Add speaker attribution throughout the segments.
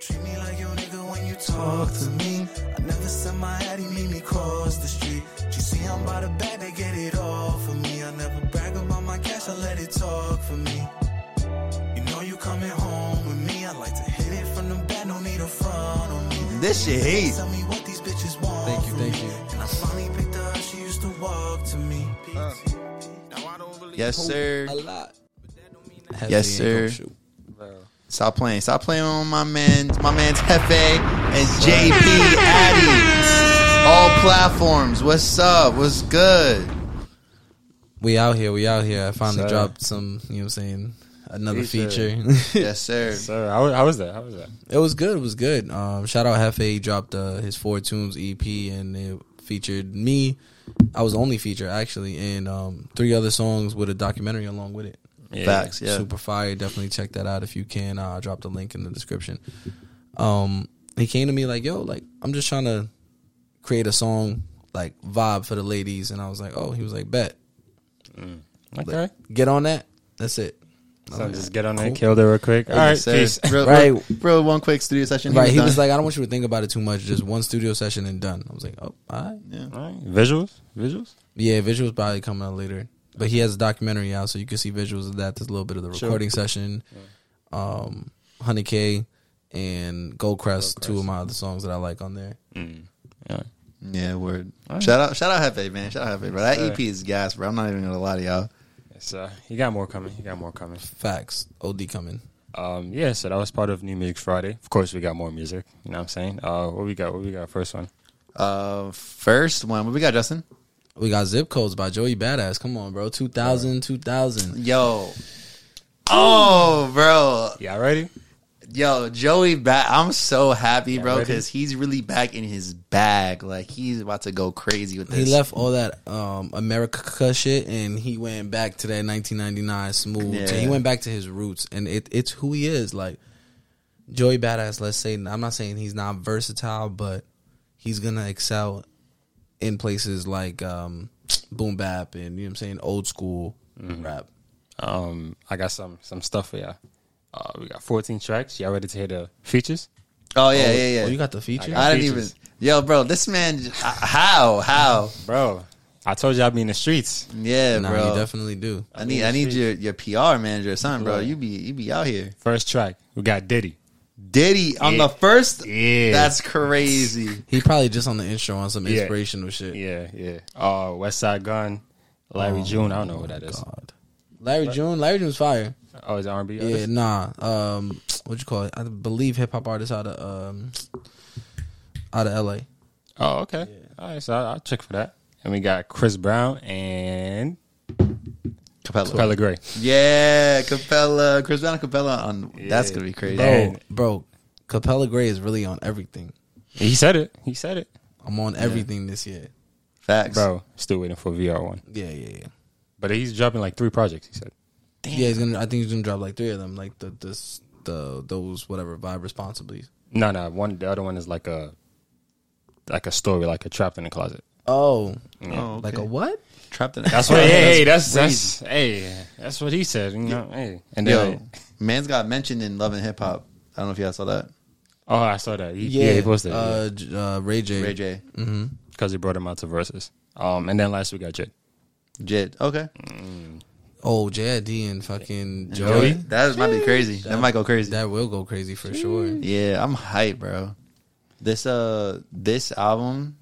Speaker 1: Treat me like your nigga when you talk to me. I never sent my addy, made me cross the street. You see, I'm by the bag, they get it all for me. I never brag about my cash, I let it talk for me. You know you coming home with me. I like to hit it from the back, no need a front on me.
Speaker 2: This shit heat.
Speaker 1: Tell me what these bitches want.
Speaker 3: Thank you,
Speaker 1: from
Speaker 3: thank
Speaker 1: me.
Speaker 3: you.
Speaker 1: And I finally picked her up, she used to walk to me.
Speaker 2: Yes, sir.
Speaker 3: A lot.
Speaker 2: Yes, sir. Stop playing. Stop playing on my man's my man's Hefe and JP Addy. All platforms. What's up? What's good?
Speaker 3: We out here. We out here. I finally
Speaker 4: Sir.
Speaker 3: dropped some. You know what I'm saying? Another feature.
Speaker 4: Feature.
Speaker 2: Yes, sir.
Speaker 4: Sir, how, how was that? How was that?
Speaker 3: it was good. It was good. Um, shout out Hefe. He dropped uh, his Four Tunes EP and it featured me. I was the only feature actually, and um, three other songs with a documentary along with it.
Speaker 2: Facts. Yeah.
Speaker 3: Super fire. Definitely check that out if you can. Uh, I'll drop the link in the description. Um, he came to me like, yo, like I'm just trying to create a song like vibe for the ladies, and I was like, oh, he was like, bet,
Speaker 4: Okay.
Speaker 3: get on that. That's it.
Speaker 4: So just get on
Speaker 3: Cool.
Speaker 4: there, killed it real quick. All right,
Speaker 2: Yes, sir.
Speaker 4: peace.
Speaker 2: Real,
Speaker 3: Right.
Speaker 2: real, real one quick studio session.
Speaker 3: Right. He was
Speaker 2: done.
Speaker 3: like, I don't want you to think about it too much. Just one studio session and done. I was like, oh, all right.
Speaker 4: All right. Visuals? Visuals?
Speaker 3: Yeah, visuals probably coming out later. But he has a documentary out, so you can see visuals of that. There's a little bit of the
Speaker 4: Sure.
Speaker 3: recording session, um, Honey K, and Goldcrest, two of my other songs that I like on there.
Speaker 4: Mm. Yeah.
Speaker 2: Yeah. Word.
Speaker 4: Alright.
Speaker 2: Shout out. Shout out Hefe, man. Shout out Hefe, bro. That
Speaker 4: Sir.
Speaker 2: EP is gas, bro. I'm not even gonna lie to y'all.
Speaker 4: Yes, sir. You got more coming. You got more coming.
Speaker 3: Facts, OD coming.
Speaker 4: Um, yeah, so that was part of New Music Friday. Of course, we got more music. You know what I'm saying? Uh, what we got? What we got? First one.
Speaker 2: Uh, first one. What we got, Justin?
Speaker 3: We got Zip Codes by Joey Badass. Come on, bro. 2000, 2000.
Speaker 2: Yo. Oh, bro.
Speaker 4: Y'all ready?
Speaker 2: Yo, Joey back. I'm so happy, bro,
Speaker 4: ready?
Speaker 2: because he's really back in his bag. Like he's about to go crazy with
Speaker 3: He
Speaker 2: this.
Speaker 3: left all that um, America shit and he went back to that 1999 smooth.
Speaker 2: Yeah.
Speaker 3: So he went back to his roots and it, it's who he is. Like Joey Badass, let's say, I'm not saying he's not versatile, but he's going to excel in places like um, Boom Bap and, you know what I'm saying, old school rap.
Speaker 4: Um, I got some some stuff for y'all. Uh, we got 14 tracks. Y'all ready to hear the features?
Speaker 2: Oh yeah, yeah, yeah.
Speaker 3: Oh, you got the feature?
Speaker 2: I didn't even.
Speaker 4: features.
Speaker 2: Yo, bro, this man. j- uh, How? How?
Speaker 4: Bro, I told you I'd be in the streets.
Speaker 2: Yeah,
Speaker 3: nah,
Speaker 2: bro.
Speaker 3: you definitely do.
Speaker 2: I need. I need your your PR manager or something, bro. You be you be out here.
Speaker 4: First track, we got Diddy.
Speaker 2: Diddy on
Speaker 4: Yeah.
Speaker 2: the first.
Speaker 4: Yeah.
Speaker 2: That's crazy.
Speaker 3: He probably just on the intro on some
Speaker 4: Yeah.
Speaker 3: inspirational shit.
Speaker 4: Yeah, yeah. Uh, West Side Gun, Larry June. I don't know who that is.
Speaker 3: Oh God. Larry June, Larry June's fire.
Speaker 4: Oh, it's R&B.
Speaker 3: Yeah,
Speaker 4: artist?
Speaker 3: nah. Um, what you call it? I believe hip hop artists out of um, out of L.A.
Speaker 4: Oh, okay. All right, so I'll, I'll check for that. And we got Chris Brown and
Speaker 2: Capella.
Speaker 4: Pella Gray.
Speaker 2: Yeah, Capella. Chris Brown and Capella on. That's gonna be crazy.
Speaker 3: Bro,
Speaker 4: And-
Speaker 3: bro, Capella Gray is really on everything.
Speaker 4: He said it. He said it.
Speaker 3: I'm on everything this year.
Speaker 2: Facts,
Speaker 4: Bro, still waiting for VR one.
Speaker 3: Yeah, yeah, yeah.
Speaker 4: But he's dropping like three projects, he said.
Speaker 3: Yeah, he's gonna. I think he's gonna drop like three of them, like the this the those whatever vibe responsibilities.
Speaker 4: No, no, one the other one is like a like a story, like a trapped in the closet.
Speaker 3: Oh,
Speaker 2: Oh,
Speaker 3: like a
Speaker 2: okay.
Speaker 3: what?
Speaker 2: trapped in.
Speaker 4: That's what hey, hey, that's that's hey, that's what he said. You know, hey. And then
Speaker 2: Yo, man's got mentioned in Love and Hip Hop. I don't know if y'all saw that.
Speaker 4: Oh, I saw that. He, yeah. he posted it
Speaker 3: Uh, J- uh, Ray J.
Speaker 2: Ray J.
Speaker 4: because he brought him out to verses. Um and then last we got Jid.
Speaker 2: Jid. Okay.
Speaker 3: Oh, JID and fucking Joey.
Speaker 4: Joey?
Speaker 2: That might be crazy. That might go crazy.
Speaker 3: Oh, That will go crazy for sure.
Speaker 2: Yeah, I'm hype, bro. This uh this album,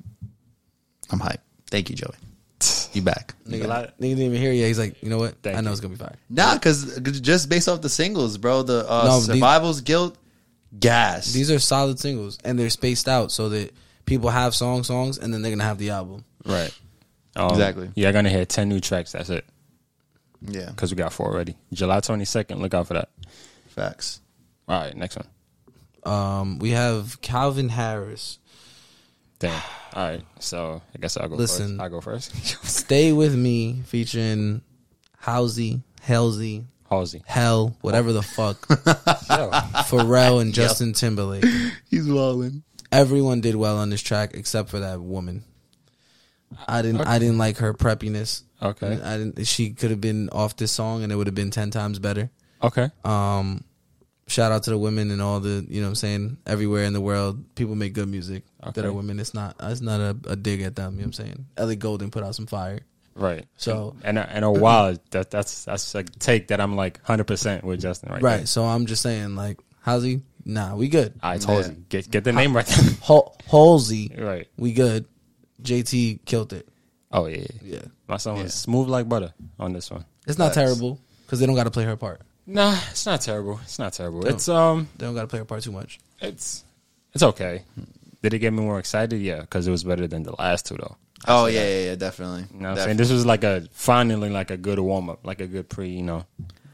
Speaker 2: I'm hype. Thank you, Joey. You back.
Speaker 3: Nigga,
Speaker 4: Yeah.
Speaker 3: nigga didn't even hear. Yeah, he's like, you know what?
Speaker 4: Thank
Speaker 3: I know
Speaker 4: you.
Speaker 3: it's gonna be fire.
Speaker 2: Nah, cause just based off the singles, bro, the uh
Speaker 3: No, these-
Speaker 2: survival's guilt, gas.
Speaker 3: These are solid singles, and they're spaced out so that people have song songs, and then they're gonna have the album.
Speaker 4: Right. Um,
Speaker 2: Exactly.
Speaker 4: Yeah, gonna hear ten new tracks, that's it.
Speaker 2: yeah,
Speaker 4: Because we got four already. July twenty second, look out for that.
Speaker 2: facts.
Speaker 4: All right, next one.
Speaker 3: Um, we have Calvin Harris.
Speaker 4: Damn. All right. So I guess I'll go
Speaker 3: Listen.
Speaker 4: first. I'll go first.
Speaker 3: Stay with me, featuring Halsey, Halsey,
Speaker 4: Halsey.
Speaker 3: Hell, whatever the fuck,
Speaker 4: Yo.
Speaker 3: Pharrell and Justin Timberlake.
Speaker 2: He's walling.
Speaker 3: Everyone did well on this track except for that woman. I didn't. I didn't like her preppiness.
Speaker 4: Okay.
Speaker 3: I Uh, didn't. She could have been off this song, and it would have been ten times better.
Speaker 4: Okay.
Speaker 3: Um, shout out to the women and all the you know what I'm saying everywhere in the world people make good music
Speaker 4: Okay.
Speaker 3: that are women it's not it's not a, a dig at them you know what I'm saying Ellie Golden put out some fire
Speaker 4: Right.
Speaker 3: So-
Speaker 4: and and a while that that's that's a take that I'm like 100 percent with Justin right.
Speaker 3: right, so I'm just saying like Halsey nah we good
Speaker 4: There. I told
Speaker 2: Yeah.
Speaker 4: you get get the name right. There.
Speaker 3: Hol- Halsey
Speaker 4: right.
Speaker 3: we good JT killed it
Speaker 4: Oh yeah. yeah.
Speaker 3: yeah
Speaker 4: My song
Speaker 2: Yeah.
Speaker 4: was smooth like butter on this one.
Speaker 3: it's not
Speaker 2: Facts.
Speaker 3: terrible because they don't got to play her part
Speaker 4: Nah, it's not terrible. It's not terrible. It's um,
Speaker 3: they don't got to play her part too much
Speaker 4: it's it's okay. Did it get me more excited? Yeah, because it was better than the last two though.
Speaker 2: Oh yeah, yeah, yeah, definitely.
Speaker 4: You know what I'm saying?
Speaker 2: Definitely.
Speaker 4: This was like a finally like a good warm up, like a good pre, you know,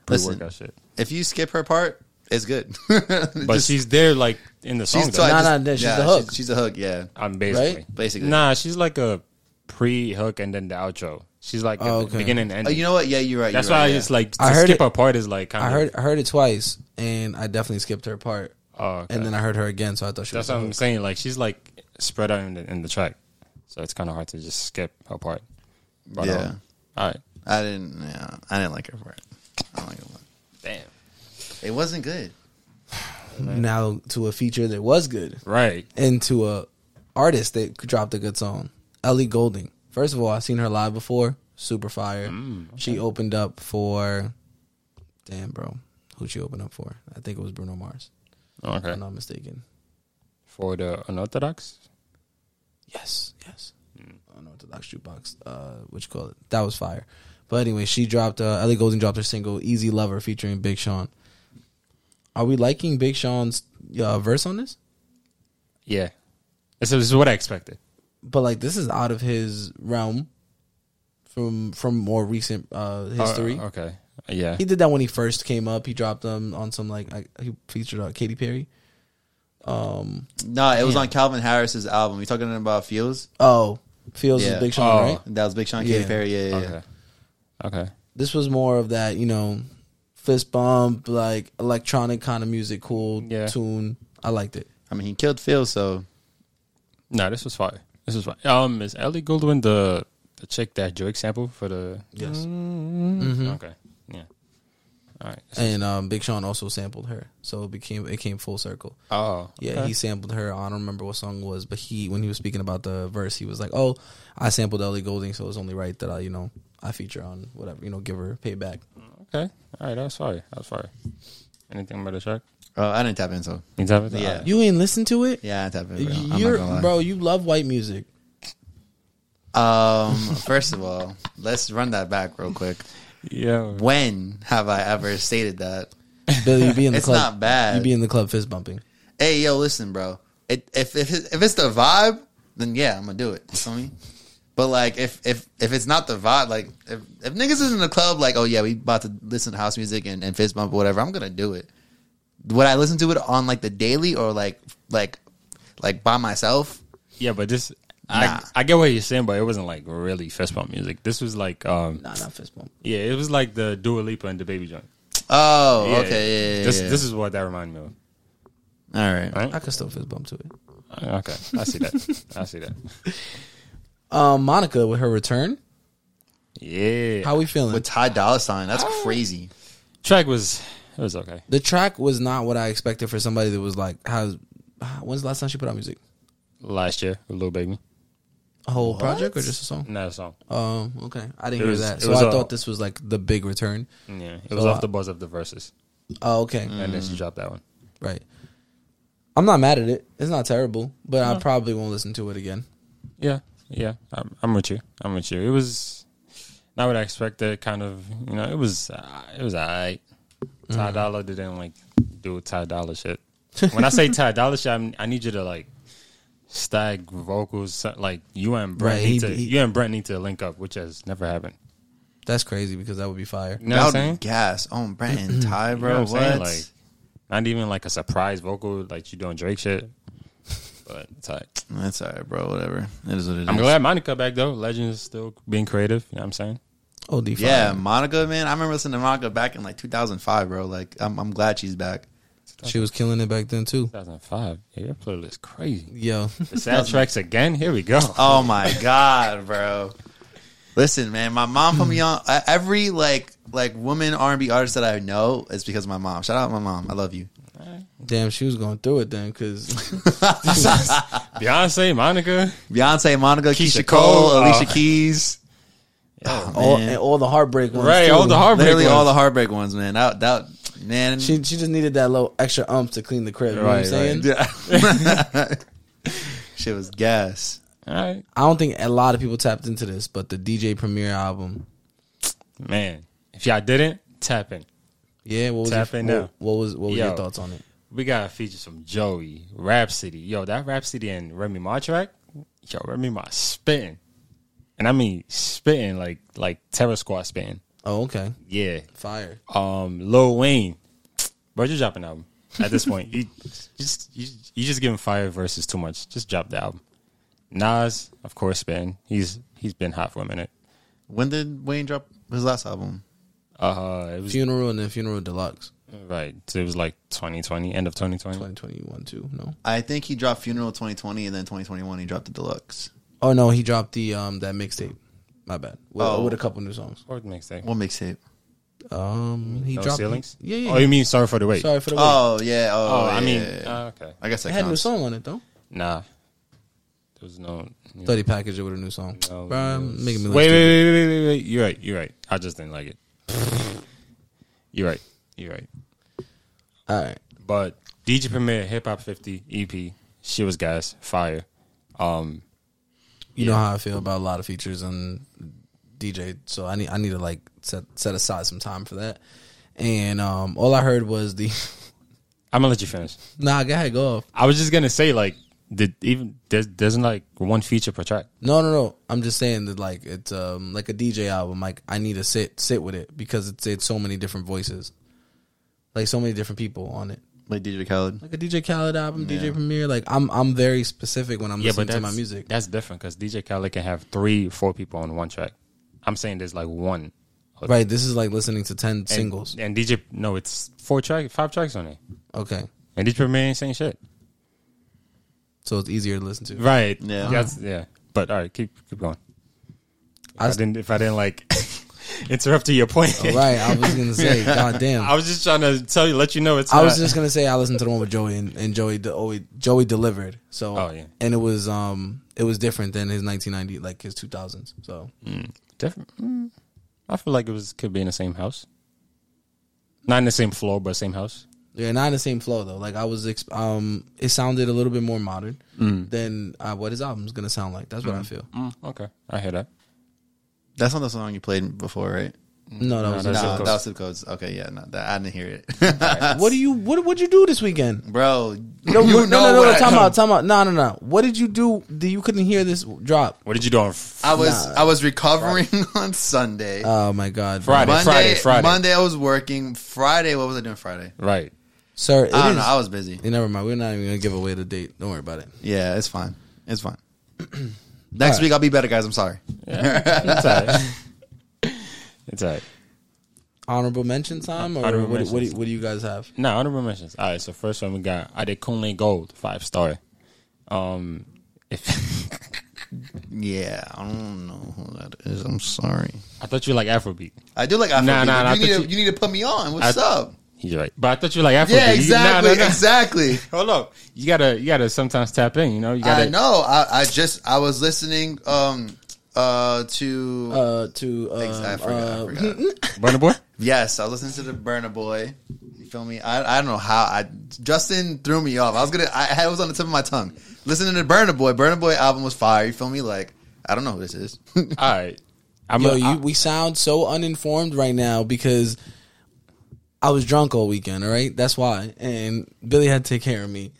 Speaker 4: pre
Speaker 2: Listen.
Speaker 4: workout shit.
Speaker 2: If you skip her part, it's good.
Speaker 4: But she's there like in the
Speaker 2: so
Speaker 4: song. though.
Speaker 2: I
Speaker 3: Nah, nah, nah, she's the hook.
Speaker 2: She's, she's the hook. Yeah,
Speaker 4: I'm basically
Speaker 3: Right?
Speaker 2: Basically.
Speaker 4: Nah, she's like a pre hook and then the outro. She's like at
Speaker 3: Oh,
Speaker 4: the
Speaker 3: okay.
Speaker 4: beginning and
Speaker 2: Oh,
Speaker 4: ending.
Speaker 2: you know what? Yeah, you're right.
Speaker 4: That's
Speaker 2: you're
Speaker 4: why
Speaker 2: right, yeah.
Speaker 4: it's like to
Speaker 3: I heard
Speaker 4: skip
Speaker 3: it-
Speaker 4: her part is like kind
Speaker 3: I
Speaker 4: of.
Speaker 3: heard I heard it twice and I definitely skipped her part
Speaker 4: Oh, okay.
Speaker 3: and then I heard her again so I thought she
Speaker 4: that's
Speaker 3: was
Speaker 4: what I'm saying. Like she's like spread out in the, in the track, so it's kind of hard to just skip her part. But, um,
Speaker 2: Yeah.
Speaker 4: all right.
Speaker 2: I didn't. Yeah, I didn't like her part. I don't like her part.
Speaker 4: Damn.
Speaker 2: It wasn't good.
Speaker 3: now to a feature that was good
Speaker 4: Right.
Speaker 3: and to a artist that dropped a good song, Ellie Golding. First of all, I've seen her live before, super fire. She opened up for, damn bro, who she opened up for? I think it was Bruno Mars, if
Speaker 4: Okay.
Speaker 3: I'm not mistaken.
Speaker 4: For the unorthodox.
Speaker 3: Yes, yes. Unorthodox jukebox, uh, what you call it? That was fire. But anyway, she dropped. Uh, Ellie Goulding dropped her single "Easy Lover" featuring Big Sean. Are we liking Big Sean's uh, verse on this?
Speaker 4: Yeah. This is what I expected.
Speaker 3: But like, this is out of his realm from from more recent uh, history.
Speaker 4: Uh, okay. Yeah.
Speaker 3: He did that when he first came up. He dropped them on some like I, he featured uh, Katy Perry.
Speaker 2: No, it was on Calvin Harris's album. You talking about Fields?
Speaker 3: Oh, feels
Speaker 2: Yeah.
Speaker 3: is Big Sean,
Speaker 4: Oh.
Speaker 3: right?
Speaker 2: That was Big Sean, Katy
Speaker 3: Yeah.
Speaker 2: Perry. Yeah, yeah, yeah.
Speaker 4: Okay. Okay.
Speaker 3: This was more of that, you know, fist bump, like electronic kind of music, cool
Speaker 4: Yeah.
Speaker 3: tune. I liked it.
Speaker 2: I mean, he killed Fields, so
Speaker 4: No, this was fire. This was fire. Um, is Ellie Goldwyn the the chick that Drake sampled for the?
Speaker 3: Yes.
Speaker 4: Mm-hmm.
Speaker 3: Mm-hmm.
Speaker 4: Okay. Yeah. All right.
Speaker 3: And um, Big Sean also sampled her, so it became it came full circle.
Speaker 4: Oh.
Speaker 3: Yeah, he sampled her. I don't remember what song it was, but he when he was speaking about the verse, he was like, "Oh, I sampled Ellie Golding, so it's only right that I, you know, I feature on whatever, you know, give her payback."
Speaker 4: Okay. All right. That was fire. That was fire. Anything about the track?
Speaker 2: uh, I didn't tap in. So
Speaker 4: You have it?
Speaker 2: Yeah.
Speaker 4: All right.
Speaker 3: You ain't listen to it.
Speaker 2: yeah, I didn't tap in. Bro. I'm not
Speaker 3: You're
Speaker 2: gonna lie.
Speaker 3: bro. You love white music.
Speaker 2: Um, first of all, let's run that back real quick.
Speaker 4: Yeah.
Speaker 2: When have I ever stated that?
Speaker 3: Billy, you be in the
Speaker 2: It's
Speaker 3: club.
Speaker 2: not bad.
Speaker 3: You be in the club fist bumping.
Speaker 2: Hey, yo, listen, bro. It, if if it- if it's the vibe, then yeah, I'm gonna do it. You feel me? But like, if if if it's not the vibe, like if if niggas is in the club, like, oh yeah, we about to listen to house music and, and fist bump or whatever, I'm gonna do it. Would I listen to it on like the daily or like like like by myself?
Speaker 4: Yeah, but this. I,
Speaker 2: Nah.
Speaker 4: I get what you're saying, but it wasn't like really fist bump music. This was like, um,
Speaker 3: Nah, not fist bump.
Speaker 4: yeah, it was like the Dua Lipa and the Baby Joint.
Speaker 2: Oh,
Speaker 4: Yeah,
Speaker 2: okay, yeah, yeah,
Speaker 4: this
Speaker 2: yeah.
Speaker 4: this is what that reminded me of.
Speaker 2: all right.
Speaker 4: Right?
Speaker 3: I could still fist bump to it.
Speaker 4: Okay, I see that. I see that.
Speaker 3: Um, Monica with her return.
Speaker 4: Yeah,
Speaker 3: How we feeling?
Speaker 2: With Ty Dolla Sign, that's crazy.
Speaker 4: track was it was okay.
Speaker 3: the track was not what I expected for somebody that was like, "How? When's the last time she put out music?
Speaker 4: Last year, with Lil Baby,
Speaker 3: A whole project or just a song?"
Speaker 4: not a song.
Speaker 3: Um, okay, I
Speaker 4: It
Speaker 3: didn't
Speaker 4: was-
Speaker 3: hear that,
Speaker 4: it
Speaker 3: so
Speaker 4: was
Speaker 3: I
Speaker 4: a-
Speaker 3: thought this was like the big return.
Speaker 4: Yeah, Mm. it
Speaker 3: So
Speaker 4: was
Speaker 3: I-
Speaker 4: off the buzz of the verses,
Speaker 3: Oh, okay,
Speaker 4: and then she dropped that one.
Speaker 3: right. I'm not mad at it. It's not terrible, but I probably won't listen to it again.
Speaker 4: Yeah, yeah, I'm, I'm with you. I'm with you. It was not what I expected. Kind of, you know, it was uh, it was alright. Ty Dolla didn't like do Ty Dolla shit. when I say Ty Dolla shit, I'm, I need you to like stag vocals. so- Like you and Brent
Speaker 3: Right,
Speaker 4: need
Speaker 3: he-
Speaker 4: to
Speaker 3: he-
Speaker 4: you and Brent need to link up, which has never happened.
Speaker 3: That's crazy because that would be fire.
Speaker 4: You know what I'm
Speaker 2: That would
Speaker 4: saying?
Speaker 2: be gas on Brandon Ty,
Speaker 4: You know
Speaker 2: bro.
Speaker 4: I'm saying?
Speaker 2: what?
Speaker 4: Like, not even like a surprise vocal, like you doing Drake shit. But it's all right.
Speaker 2: That's all right, bro. Whatever. It is what it is.
Speaker 4: I'm glad Monica back though. Legend is still being creative. You know what I'm saying?
Speaker 3: Oh, D5.
Speaker 2: Yeah, Monica, man. I remember listening to Monica back in like 2005, bro. Like, I'm, I'm glad she's back.
Speaker 3: she was killing it back then too.
Speaker 4: 2005. Yeah, your playlist crazy.
Speaker 3: Yo,
Speaker 4: The sad tracks again. Here we go.
Speaker 2: Oh my god, bro. Listen, man. My mom put me on uh, every like like woman R and B artist that I know is because of my mom. Shout out my mom. I love you.
Speaker 4: right.
Speaker 3: Damn, she was going through it then, because
Speaker 4: Beyonce, Monica.
Speaker 2: Beyonce, Monica, Keisha,
Speaker 4: Keisha
Speaker 2: Cole,
Speaker 4: Cole, uh,
Speaker 2: Alicia Keys. Oh,
Speaker 3: all,
Speaker 2: man.
Speaker 3: and all the heartbreak ones.
Speaker 4: Right,
Speaker 3: too.
Speaker 4: all the heartbreak.
Speaker 2: Literally all
Speaker 4: ones.
Speaker 2: the heartbreak ones, man. That that man.
Speaker 3: She she just needed that little extra ump to clean the crib. You know what I'm
Speaker 4: Right,
Speaker 3: saying?
Speaker 2: Yeah. Shit was gas.
Speaker 4: All right,
Speaker 3: I don't think a lot of people tapped into this, but the DJ Premier album.
Speaker 4: man. If y'all didn't tap in,
Speaker 3: Yeah, what was
Speaker 4: Tap
Speaker 3: your,
Speaker 4: in
Speaker 3: what,
Speaker 4: now.
Speaker 3: what was what were your
Speaker 4: Yo.
Speaker 3: thoughts on it?
Speaker 4: we gotta feature some Joey Rhapsody. Yo, that Rhapsody and Remy Ma track. Yo, Remy Ma spitting, and I mean spitting like like Terror Squad spitting.
Speaker 3: Oh, okay,
Speaker 4: Yeah,
Speaker 3: fire.
Speaker 4: um, Lil Wayne, bro, just drop an album. At this point, you you just you, you just giving fire verses too much. Just drop the album. Nas, of course, been he's he's been hot for a minute.
Speaker 2: When did Wayne drop his last album?
Speaker 4: Uh, it was
Speaker 3: Funeral and then Funeral Deluxe,
Speaker 4: right. So it was like 2020, end of 2020.
Speaker 3: twenty twenty one too. No,
Speaker 2: I think he dropped Funeral 2020 and then 2021 he dropped the deluxe.
Speaker 3: oh no, he dropped the um that mixtape. My bad. With,
Speaker 2: Oh.
Speaker 3: with a couple new songs.
Speaker 4: Or the mixtape.
Speaker 2: What mixtape?
Speaker 3: Um, he
Speaker 4: no
Speaker 3: dropped.
Speaker 4: ceilings.
Speaker 3: Yeah, yeah.
Speaker 4: Oh, you mean sorry for the wait?
Speaker 3: Sorry for the. wait.
Speaker 2: Oh yeah.
Speaker 4: Oh,
Speaker 2: Oh,
Speaker 4: I mean,
Speaker 2: yeah, yeah.
Speaker 4: uh, okay.
Speaker 2: I guess that
Speaker 3: it had a new
Speaker 2: counts.
Speaker 3: song on it though.
Speaker 4: Nah, there was no. you know,
Speaker 3: Thought he packaged it with a new song.
Speaker 4: no-
Speaker 3: Bruh,
Speaker 4: it was-
Speaker 3: making me
Speaker 4: wait,
Speaker 3: look
Speaker 4: wait,
Speaker 3: stupid.
Speaker 4: wait, wait, wait, wait. You're right. You're right. I just didn't like it. you're right. You're right.
Speaker 3: All right.
Speaker 4: But DJ Premier Hip Hop 50 EP, she was gas, fire. Um,
Speaker 3: you know how I feel about a lot of features on DJ, so I need I need to like set set aside some time for that. And um, all I heard was the
Speaker 4: I'm gonna let you finish.
Speaker 3: nah, go ahead, go off.
Speaker 4: I was just gonna say like, did even there's, there's like one feature per track.
Speaker 3: No, no, no. I'm just saying that like it's um like a DJ album. Like I need to sit sit with it because it's it's so many different voices, like so many different people on it.
Speaker 2: Like DJ Khaled.
Speaker 3: Like a DJ Khaled album, DJ Premier. Like I'm I'm very specific when I'm listening to my music.
Speaker 4: That's different because DJ Khaled can have three, four people on one track. I'm saying there's like one or
Speaker 3: Right. This is like listening to ten
Speaker 4: And-
Speaker 3: singles.
Speaker 4: And DJ, no, it's four track, five tracks on it.
Speaker 3: Okay,
Speaker 4: And DJ Premier ain't saying shit.
Speaker 3: so it's easier to listen to.
Speaker 4: Right.
Speaker 2: Yeah.
Speaker 4: That's- yeah. But all right, keep keep going. If
Speaker 3: I
Speaker 4: I,
Speaker 3: s- Oh,
Speaker 4: didn't if I didn't like interrupt your point.
Speaker 3: Right. I was gonna say, God damn.
Speaker 4: I was just trying to tell you, let you know it's.
Speaker 3: I
Speaker 4: not-
Speaker 3: was just gonna say I listened to the one with Joey and, and Joey de- always- Joey delivered. So
Speaker 4: Oh, yeah.
Speaker 3: and it was um it was different than his 1990 like his 2000s. So
Speaker 4: different. mm. I feel like it was could be in the same house, not in the same floor, but same house.
Speaker 3: yeah, not in the same flow though. Like I was exp- um it sounded a little bit more modern
Speaker 2: Mm.
Speaker 3: than uh, what his album's gonna sound like. That's what I feel.
Speaker 4: okay, I hear that.
Speaker 2: That's not the song you played before, right?
Speaker 3: No, that
Speaker 4: No,
Speaker 3: was
Speaker 4: that's-
Speaker 2: Mm. no,
Speaker 4: Zip
Speaker 2: that
Speaker 4: codes.
Speaker 2: was zip codes. Okay, yeah, no, that, I didn't hear it,
Speaker 3: what do you what would you do this weekend?
Speaker 2: bro.
Speaker 3: No,
Speaker 2: you know
Speaker 3: no, no, no,
Speaker 2: what
Speaker 3: no,
Speaker 2: I-
Speaker 3: time out, time out. No, no, no. What did you do that you couldn't hear this drop?
Speaker 4: What did you do on f-
Speaker 2: I was I was recovering on Sunday.
Speaker 3: Oh my god.
Speaker 4: Uh, Friday?
Speaker 2: Monday,
Speaker 4: Friday, Friday.
Speaker 2: Monday I was working. Friday, what was I doing Friday?
Speaker 4: Right.
Speaker 3: Sir, it
Speaker 2: I don't
Speaker 3: is-
Speaker 2: know. I was busy.
Speaker 3: Yeah, never mind. We're not even gonna give away the date. Don't worry about it.
Speaker 2: Yeah, it's fine. It's fine. Next week I'll be better, guys. I'm sorry.
Speaker 4: It's all right. it's all right.
Speaker 3: honorable mention time, or
Speaker 4: Honorable
Speaker 3: what, do- what, do,
Speaker 4: mentions.
Speaker 3: what do you guys have?
Speaker 4: No, honorable mentions. All right, so first one we got Adekunle Gold, five star. Um, if
Speaker 2: Yeah, I don't know who that is. I'm sorry.
Speaker 4: I thought you like Afrobeat,
Speaker 2: I do like Afrobeat.
Speaker 4: Nah,
Speaker 2: but
Speaker 4: nah, nah,
Speaker 2: you, need
Speaker 4: I
Speaker 2: to,
Speaker 4: thought
Speaker 2: you need to put me on. What's
Speaker 4: I-
Speaker 2: up?
Speaker 4: he's right. But I thought you like Afrobeat.
Speaker 2: Yeah,
Speaker 4: You- nah,
Speaker 2: exactly,
Speaker 4: nah, nah.
Speaker 2: exactly.
Speaker 4: Hold up, you gotta you gotta sometimes tap in. You know, you gotta.
Speaker 2: I know. I, I just I was listening um uh to
Speaker 3: Uh, to uh,
Speaker 2: Ex- I forgot, I forgot.
Speaker 4: Burner boy.
Speaker 2: yes, I was listening to the Burner Boy. You feel me? I I don't know how I Justin threw me off. I was gonna I had it was on the tip of my tongue. Listening to Burner Boy, Burner Boy album was fire. You feel me? Like I don't know who this is.
Speaker 4: All right, I'm
Speaker 3: yo,
Speaker 4: a- I-
Speaker 3: you, we sound so uninformed right now because I was drunk all weekend. All right, that's why. And Billy had to take care of me.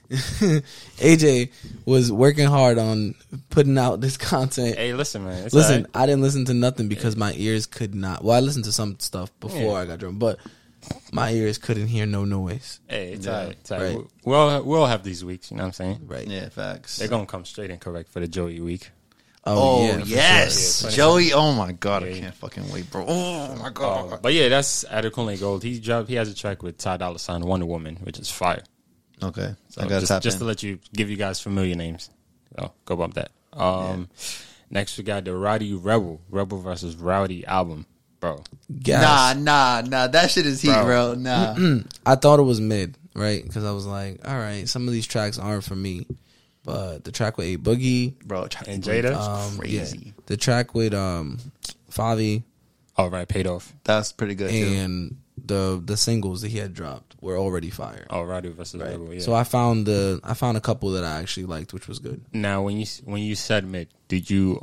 Speaker 3: AJ was working hard on putting out this content.
Speaker 4: hey, listen, man. It's
Speaker 3: Listen,
Speaker 4: all right.
Speaker 3: I didn't listen to nothing because my ears could not. Well, I listened to some stuff before
Speaker 4: Yeah.
Speaker 3: I got drunk, but my ears couldn't hear no noise.
Speaker 4: Hey, it's
Speaker 2: Yeah,
Speaker 4: all right. It's all right.
Speaker 3: right.
Speaker 4: We'll we'll have these weeks. You know what I'm saying?
Speaker 3: Right.
Speaker 2: yeah, facts.
Speaker 4: They're gonna come straight and correct for the Joey week.
Speaker 2: Oh,
Speaker 3: for sure.
Speaker 2: yes,
Speaker 4: Oh, sure. Yeah,
Speaker 2: Joey. Oh my god, I
Speaker 4: Yeah.
Speaker 2: can't fucking wait, bro. Oh my god.
Speaker 4: Uh, but yeah, that's Adekunle Gold. He dropped. He has a track with Ty Dolla Sign, Wonder Woman, which is fire.
Speaker 2: okay,
Speaker 4: So
Speaker 2: I gotta
Speaker 4: just,
Speaker 2: tap
Speaker 4: just
Speaker 2: in.
Speaker 4: to let you give you guys familiar names. So go bump that. Um, Next we got the Rowdy Rebel Rebel versus Rowdy album. bro.
Speaker 3: Gas.
Speaker 2: Nah, nah, nah. That shit is heat, bro.
Speaker 4: Bro.
Speaker 2: Nah.
Speaker 3: I thought it was mid, right? Because I was like, all right, some of these tracks aren't for me. But the track with A Boogie,
Speaker 2: Bro, China
Speaker 4: And
Speaker 2: Blade
Speaker 4: Jada?
Speaker 2: is
Speaker 3: um,
Speaker 2: crazy.
Speaker 3: yeah, the track with um, Favi,
Speaker 4: All right, paid off.
Speaker 2: That's pretty good too.
Speaker 3: and the the singles that he had dropped were already fire.
Speaker 4: All right, versus
Speaker 3: right?
Speaker 4: Rebel. Oh, Yeah.
Speaker 3: So I found the I found a couple that I actually liked, which was good.
Speaker 4: now, when you s- when you said mid, did you?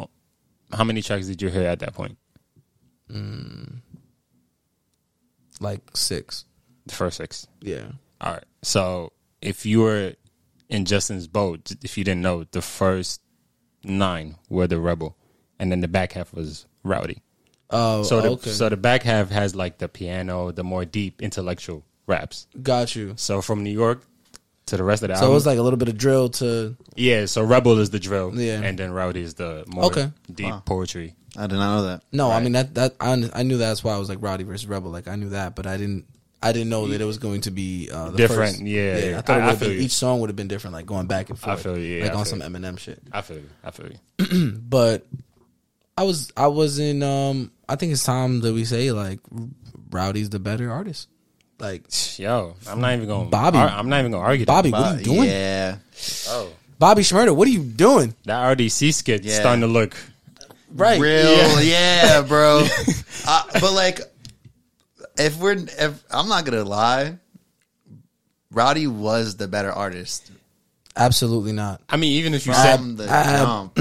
Speaker 4: How many tracks did you hear at that point?
Speaker 3: Like six,
Speaker 4: The first six.
Speaker 3: yeah.
Speaker 4: All right. So if you were in Justin's boat, if you didn't know, the first nine were the rebel, and then the back half was rowdy.
Speaker 3: Oh,
Speaker 4: So the
Speaker 3: okay,
Speaker 4: so the back half has like the piano, the more deep intellectual raps.
Speaker 3: got you.
Speaker 4: So from New York to the rest of the
Speaker 3: So
Speaker 4: album,
Speaker 3: it was like a little bit of drill to
Speaker 4: yeah. So rebel is the drill,
Speaker 3: Yeah.
Speaker 4: and then rowdy is the more
Speaker 3: Okay.
Speaker 4: deep poetry.
Speaker 2: I did not know that.
Speaker 3: no. I mean that that I, under- I knew that's why I was like Roddy versus Rebel. Like I knew that, but I didn't I didn't know that it was going to be uh, the
Speaker 4: Different,
Speaker 3: first-
Speaker 4: yeah, yeah.
Speaker 3: I thought it
Speaker 4: I- I
Speaker 3: would've
Speaker 4: feel
Speaker 3: been,
Speaker 4: you.
Speaker 3: each song would have been different, like going back and forth.
Speaker 4: feel you, yeah,
Speaker 3: like
Speaker 4: I
Speaker 3: on
Speaker 4: feel
Speaker 3: some
Speaker 4: you.
Speaker 3: Eminem shit.
Speaker 4: I feel you. I feel you.
Speaker 3: but I was I was in um I think it's time that we say like Rowdy's the better artist. Like
Speaker 4: Yo, I'm not even going.
Speaker 3: Bobby.
Speaker 4: I'm not even going to argue. that.
Speaker 3: Bobby, what are you
Speaker 2: But,
Speaker 3: doing?
Speaker 2: Yeah.
Speaker 4: Oh,
Speaker 3: Bobby Schmurder, what are you doing?
Speaker 4: that RDC skit
Speaker 2: Yeah.
Speaker 4: starting to look.
Speaker 3: Right.
Speaker 2: Real, yeah, bro. uh, but like, if we're, if I'm not gonna lie, Rowdy was the better artist
Speaker 3: Absolutely not.
Speaker 4: I mean, even if you said,
Speaker 2: from the jump.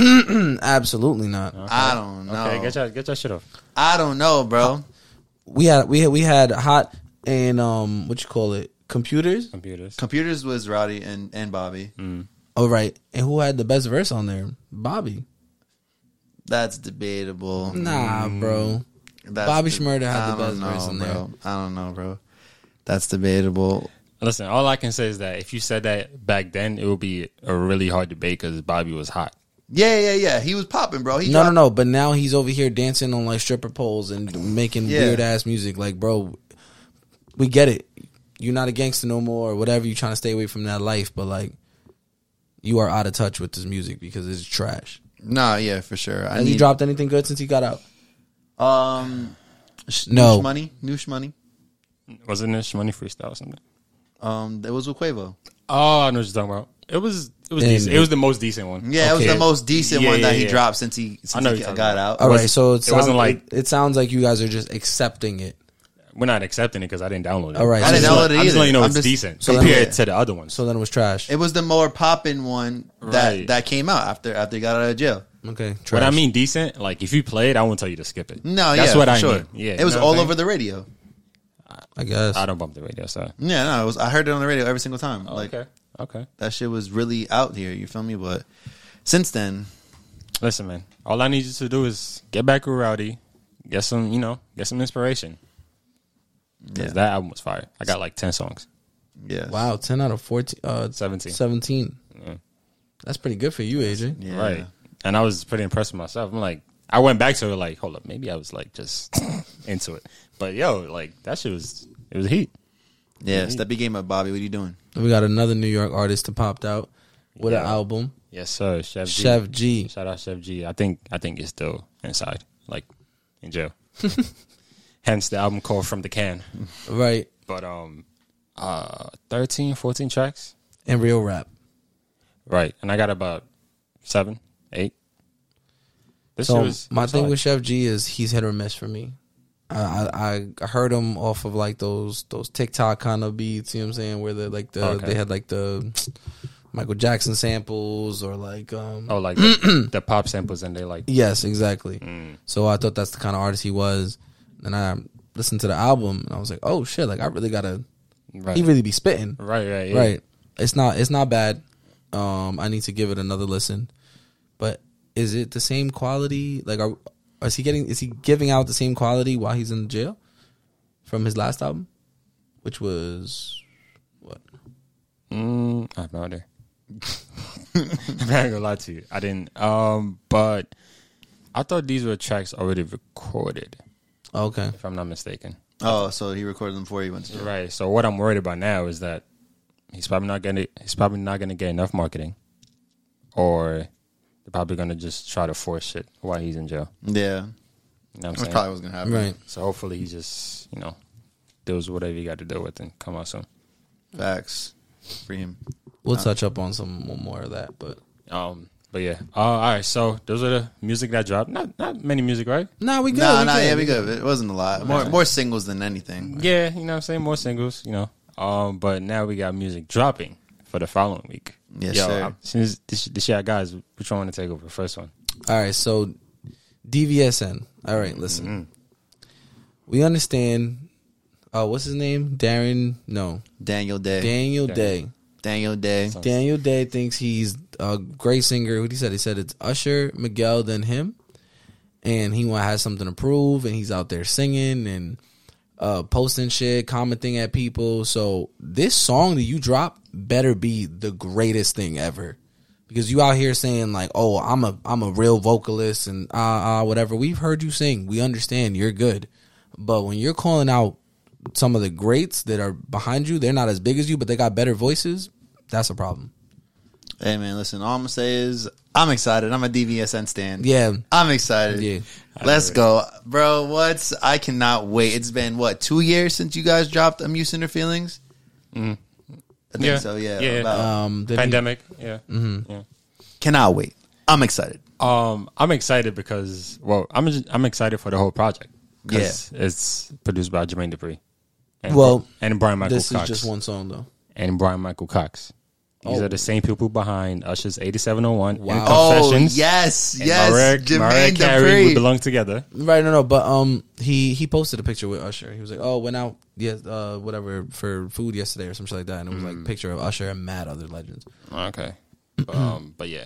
Speaker 3: Absolutely not.
Speaker 2: I don't know.
Speaker 4: okay, get your get your shit off.
Speaker 2: I don't know, bro.
Speaker 3: We had we had we had hot and um what you call it? Computers?
Speaker 4: Computers.
Speaker 2: Computers was Rowdy and and Bobby.
Speaker 3: Oh right. And who had the best verse on there? Bobby.
Speaker 2: That's debatable.
Speaker 3: Nah, bro.
Speaker 2: That's
Speaker 3: Mm. Bobby
Speaker 2: de-
Speaker 3: Shmurda had the
Speaker 2: I don't
Speaker 3: best verse
Speaker 2: know,
Speaker 3: in
Speaker 2: bro. I don't know, bro. That's debatable.
Speaker 4: Listen, all I can say is that if you said that back then, it would be a really hard debate because Bobby was hot.
Speaker 2: Yeah, yeah, yeah. He was popping, bro. He
Speaker 3: No, no,
Speaker 2: dropped-
Speaker 3: no. But now he's over here dancing on like stripper poles and making
Speaker 2: Yeah.
Speaker 3: weird ass music. Like, bro, we get it. You're not a gangster no more, or whatever. You're trying to stay away from that life, but like, you are out of touch with this music because it's trash.
Speaker 2: Nah, yeah, for sure. I
Speaker 3: Has he
Speaker 2: need,
Speaker 3: dropped anything good since he got out?
Speaker 2: um, sh-
Speaker 4: Oh.
Speaker 3: No.
Speaker 2: Noosh money, Noosh money.
Speaker 4: Wasn't it Money Freestyle or something?
Speaker 2: Um, it was with Quavo.
Speaker 4: Oh, I know what you're talking about. It was it was
Speaker 3: And-
Speaker 4: decent. It was the most decent one.
Speaker 2: Yeah, it was
Speaker 4: Okay.
Speaker 2: the most decent
Speaker 4: Yeah,
Speaker 2: one that
Speaker 4: yeah,
Speaker 2: he
Speaker 4: yeah.
Speaker 2: dropped since he since
Speaker 4: know
Speaker 2: he
Speaker 4: you're
Speaker 2: got
Speaker 4: talking
Speaker 2: out.
Speaker 3: All
Speaker 4: was-
Speaker 3: right, so it,
Speaker 4: it wasn't
Speaker 3: sounds like
Speaker 4: like-
Speaker 3: it, sounds like you guys are just accepting it.
Speaker 4: We're not accepting it because I didn't download it.
Speaker 3: All right.
Speaker 4: I'm
Speaker 3: I
Speaker 4: just
Speaker 3: didn't
Speaker 2: download
Speaker 4: let-
Speaker 2: it
Speaker 4: I'm
Speaker 2: either.
Speaker 4: just letting you know
Speaker 2: I'm
Speaker 4: it's
Speaker 2: just-
Speaker 4: decent
Speaker 2: so let me-
Speaker 4: compared to the other ones.
Speaker 3: So then it was trash.
Speaker 2: It was the more popping one that
Speaker 4: Right.
Speaker 2: that came out after after he got out of jail.
Speaker 3: okay, trash.
Speaker 4: What I mean decent, like if you play it, I won't tell you to skip it.
Speaker 2: No,
Speaker 4: that's
Speaker 2: yeah,
Speaker 4: what
Speaker 2: for
Speaker 4: I
Speaker 2: sure.
Speaker 4: mean. Yeah,
Speaker 2: it was
Speaker 4: you know what
Speaker 2: all
Speaker 4: I'm
Speaker 2: over
Speaker 4: saying?
Speaker 2: the radio.
Speaker 3: I guess
Speaker 4: I don't bump the radio, so
Speaker 2: Yeah, no, it was. I heard it on the radio every single time. like
Speaker 4: Oh, okay, okay.
Speaker 2: that shit was really out here. You feel me? But since then,
Speaker 4: Listen, man. All I need you to do is get back with Rowdy, get some, you know, get some inspiration. 'Cause
Speaker 2: Yeah.
Speaker 4: that album was fire. I got like ten songs.
Speaker 2: yeah,
Speaker 3: wow, ten out of fourteen, uh,
Speaker 4: 17.
Speaker 3: seventeen. That's pretty good for you, AJ.
Speaker 2: yeah.
Speaker 4: Right. And I was pretty impressed with myself. I'm like, I went back to it like, hold up, maybe I was like just into it. But yo, like that shit was it was heat.
Speaker 2: Yeah, step your game up, Bobby. What are you doing?
Speaker 3: We got another New York artist that popped out with an album.
Speaker 4: Yes, sir. Chef G.
Speaker 3: Chef G.
Speaker 4: Shout out Chef G. I think I think it's still inside, like in jail. Hence the album called From the Can.
Speaker 3: Right.
Speaker 4: But um uh 13, 14 tracks.
Speaker 3: And real rap.
Speaker 4: Right. And I got about seven, eight. This
Speaker 3: So
Speaker 4: shit was
Speaker 3: my
Speaker 4: was
Speaker 3: thing
Speaker 4: hard.
Speaker 3: with Chef G is he's hit or miss for me. I, I I heard him off of like those those TikTok kind of beats, you know what I'm saying? Where the like the
Speaker 4: Okay.
Speaker 3: they had like the Michael Jackson samples or like um
Speaker 4: Oh, like the, the pop samples and they like
Speaker 3: Yes, exactly.
Speaker 4: Mm.
Speaker 3: So I thought that's the kind of artist he was. And I listened to the album and I was like, Oh shit, like I really gotta
Speaker 4: right,
Speaker 3: he really be spitting.
Speaker 4: right, right, yeah.
Speaker 3: Right. It's not it's not bad. Um I need to give it another listen. But is it the same quality? Like are is he getting is he giving out the same quality while he's in jail from his last album? Which was what?
Speaker 4: Mm, I have no idea. I'm not gonna lie to you. I didn't. Um, but I thought these were tracks already recorded,
Speaker 3: Oh, Okay.
Speaker 4: if I'm not mistaken.
Speaker 2: Oh, so he recorded them before he went to jail.
Speaker 4: Right. So what I'm worried about now is that he's probably not gonna he's probably not gonna get enough marketing, or they're probably gonna just try to force shit while he's in jail.
Speaker 2: Yeah,
Speaker 4: You know what I'm
Speaker 2: That's
Speaker 4: saying?
Speaker 2: probably what's gonna happen.
Speaker 3: Right.
Speaker 4: so hopefully he just, you know, deals with whatever he got to deal with and come out soon.
Speaker 2: Facts. For him.
Speaker 3: We'll touch up on some more of that, but
Speaker 4: Um, but yeah. Uh, all right. So those are the music that dropped. Not not many music, right?
Speaker 3: nah, we good.
Speaker 2: Nah,
Speaker 3: we
Speaker 2: nah,
Speaker 3: good.
Speaker 2: yeah, we good. It wasn't a lot. More more singles than anything.
Speaker 4: Yeah, you know what I'm saying? More singles, you know. Um, but now we got music dropping for the following week.
Speaker 2: Yes,
Speaker 4: Yo,
Speaker 2: sir.
Speaker 4: I'm- since this this year, guys, which one want to take over? First one.
Speaker 3: All right, so DVSN. All right, listen.
Speaker 2: Mm-hmm.
Speaker 3: We understand. Uh, what's his name? Darren? No,
Speaker 2: Daniel Day.
Speaker 3: Daniel Day.
Speaker 2: Daniel Day.
Speaker 3: Daniel Day thinks he's a great singer. What he said? He said it's Usher, Miguel, then him, and he want has something to prove, and he's out there singing and uh, posting shit, commenting at people. So this song that you drop better be the greatest thing ever, because you out here saying like, "Oh, I'm a I'm a real vocalist," and ah uh, uh, whatever. We've heard you sing. We understand you're good, but when you're calling out some of the greats that are behind you, they're not as big as you, but they got better voices. That's a problem.
Speaker 2: Hey man, listen, all I'm gonna say is I'm excited. I'm a DVSN stand.
Speaker 3: Yeah.
Speaker 2: I'm excited.
Speaker 3: Yeah.
Speaker 2: Let's go. Bro, what's I cannot wait. It's been what, two years since you guys dropped I'm using their feelings? I think
Speaker 4: Mm-hmm. Yeah.
Speaker 2: so, yeah.
Speaker 4: Yeah.
Speaker 2: about-
Speaker 3: Um, the
Speaker 4: Pandemic. Yeah. Mm-hmm. yeah.
Speaker 2: cannot wait. I'm excited.
Speaker 4: Um, I'm excited because well, I'm just, I'm excited for the whole project. 'cause it's produced by Jermaine Dupri. And
Speaker 3: Well,
Speaker 4: and Brian Michael
Speaker 3: This
Speaker 4: Cox
Speaker 3: is just one song though.
Speaker 4: and Brian Michael Cox. These
Speaker 3: Oh.
Speaker 4: are the same people behind Usher's 8701
Speaker 3: Wow.
Speaker 4: and
Speaker 2: Oh
Speaker 4: Confessions.
Speaker 2: yes,
Speaker 4: and
Speaker 2: yes.
Speaker 4: Mariah,
Speaker 2: Jermaine
Speaker 4: Mariah Carey. We
Speaker 2: Dupri.
Speaker 4: belong together.
Speaker 3: Right, no, no, but um, he he posted a picture with Usher. He was like, "Oh, went out, yeah, uh, whatever for food yesterday or some shit like that," and it was
Speaker 4: Mm.
Speaker 3: like picture of Usher and mad other legends.
Speaker 4: Okay. um, but yeah.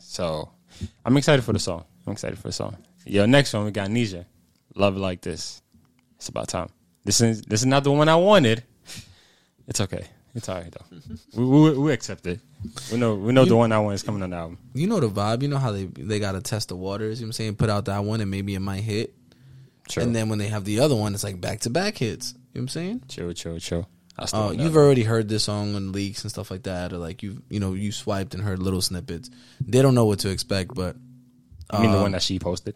Speaker 4: So I'm excited for the song. I'm excited for the song. Yo, next one we got Nisha. Love it like this. It's about time. This is this is not the one I wanted. It's okay. It's alright though. we, we we accept it. We know we know the one I want is coming on the album.
Speaker 3: You know the vibe. You know how they they gotta test the waters. You know what I'm saying, put out that one and maybe it might hit,
Speaker 4: True.
Speaker 3: and then when they have the other one, it's like back to back hits. You know what I'm saying?
Speaker 4: chill, chill, chill. I still
Speaker 3: Oh,
Speaker 4: want that.
Speaker 3: you've already heard this song on leaks and stuff like that, or like you you know you swiped and heard little snippets. They don't know what to expect, but
Speaker 4: I mean the one that she posted.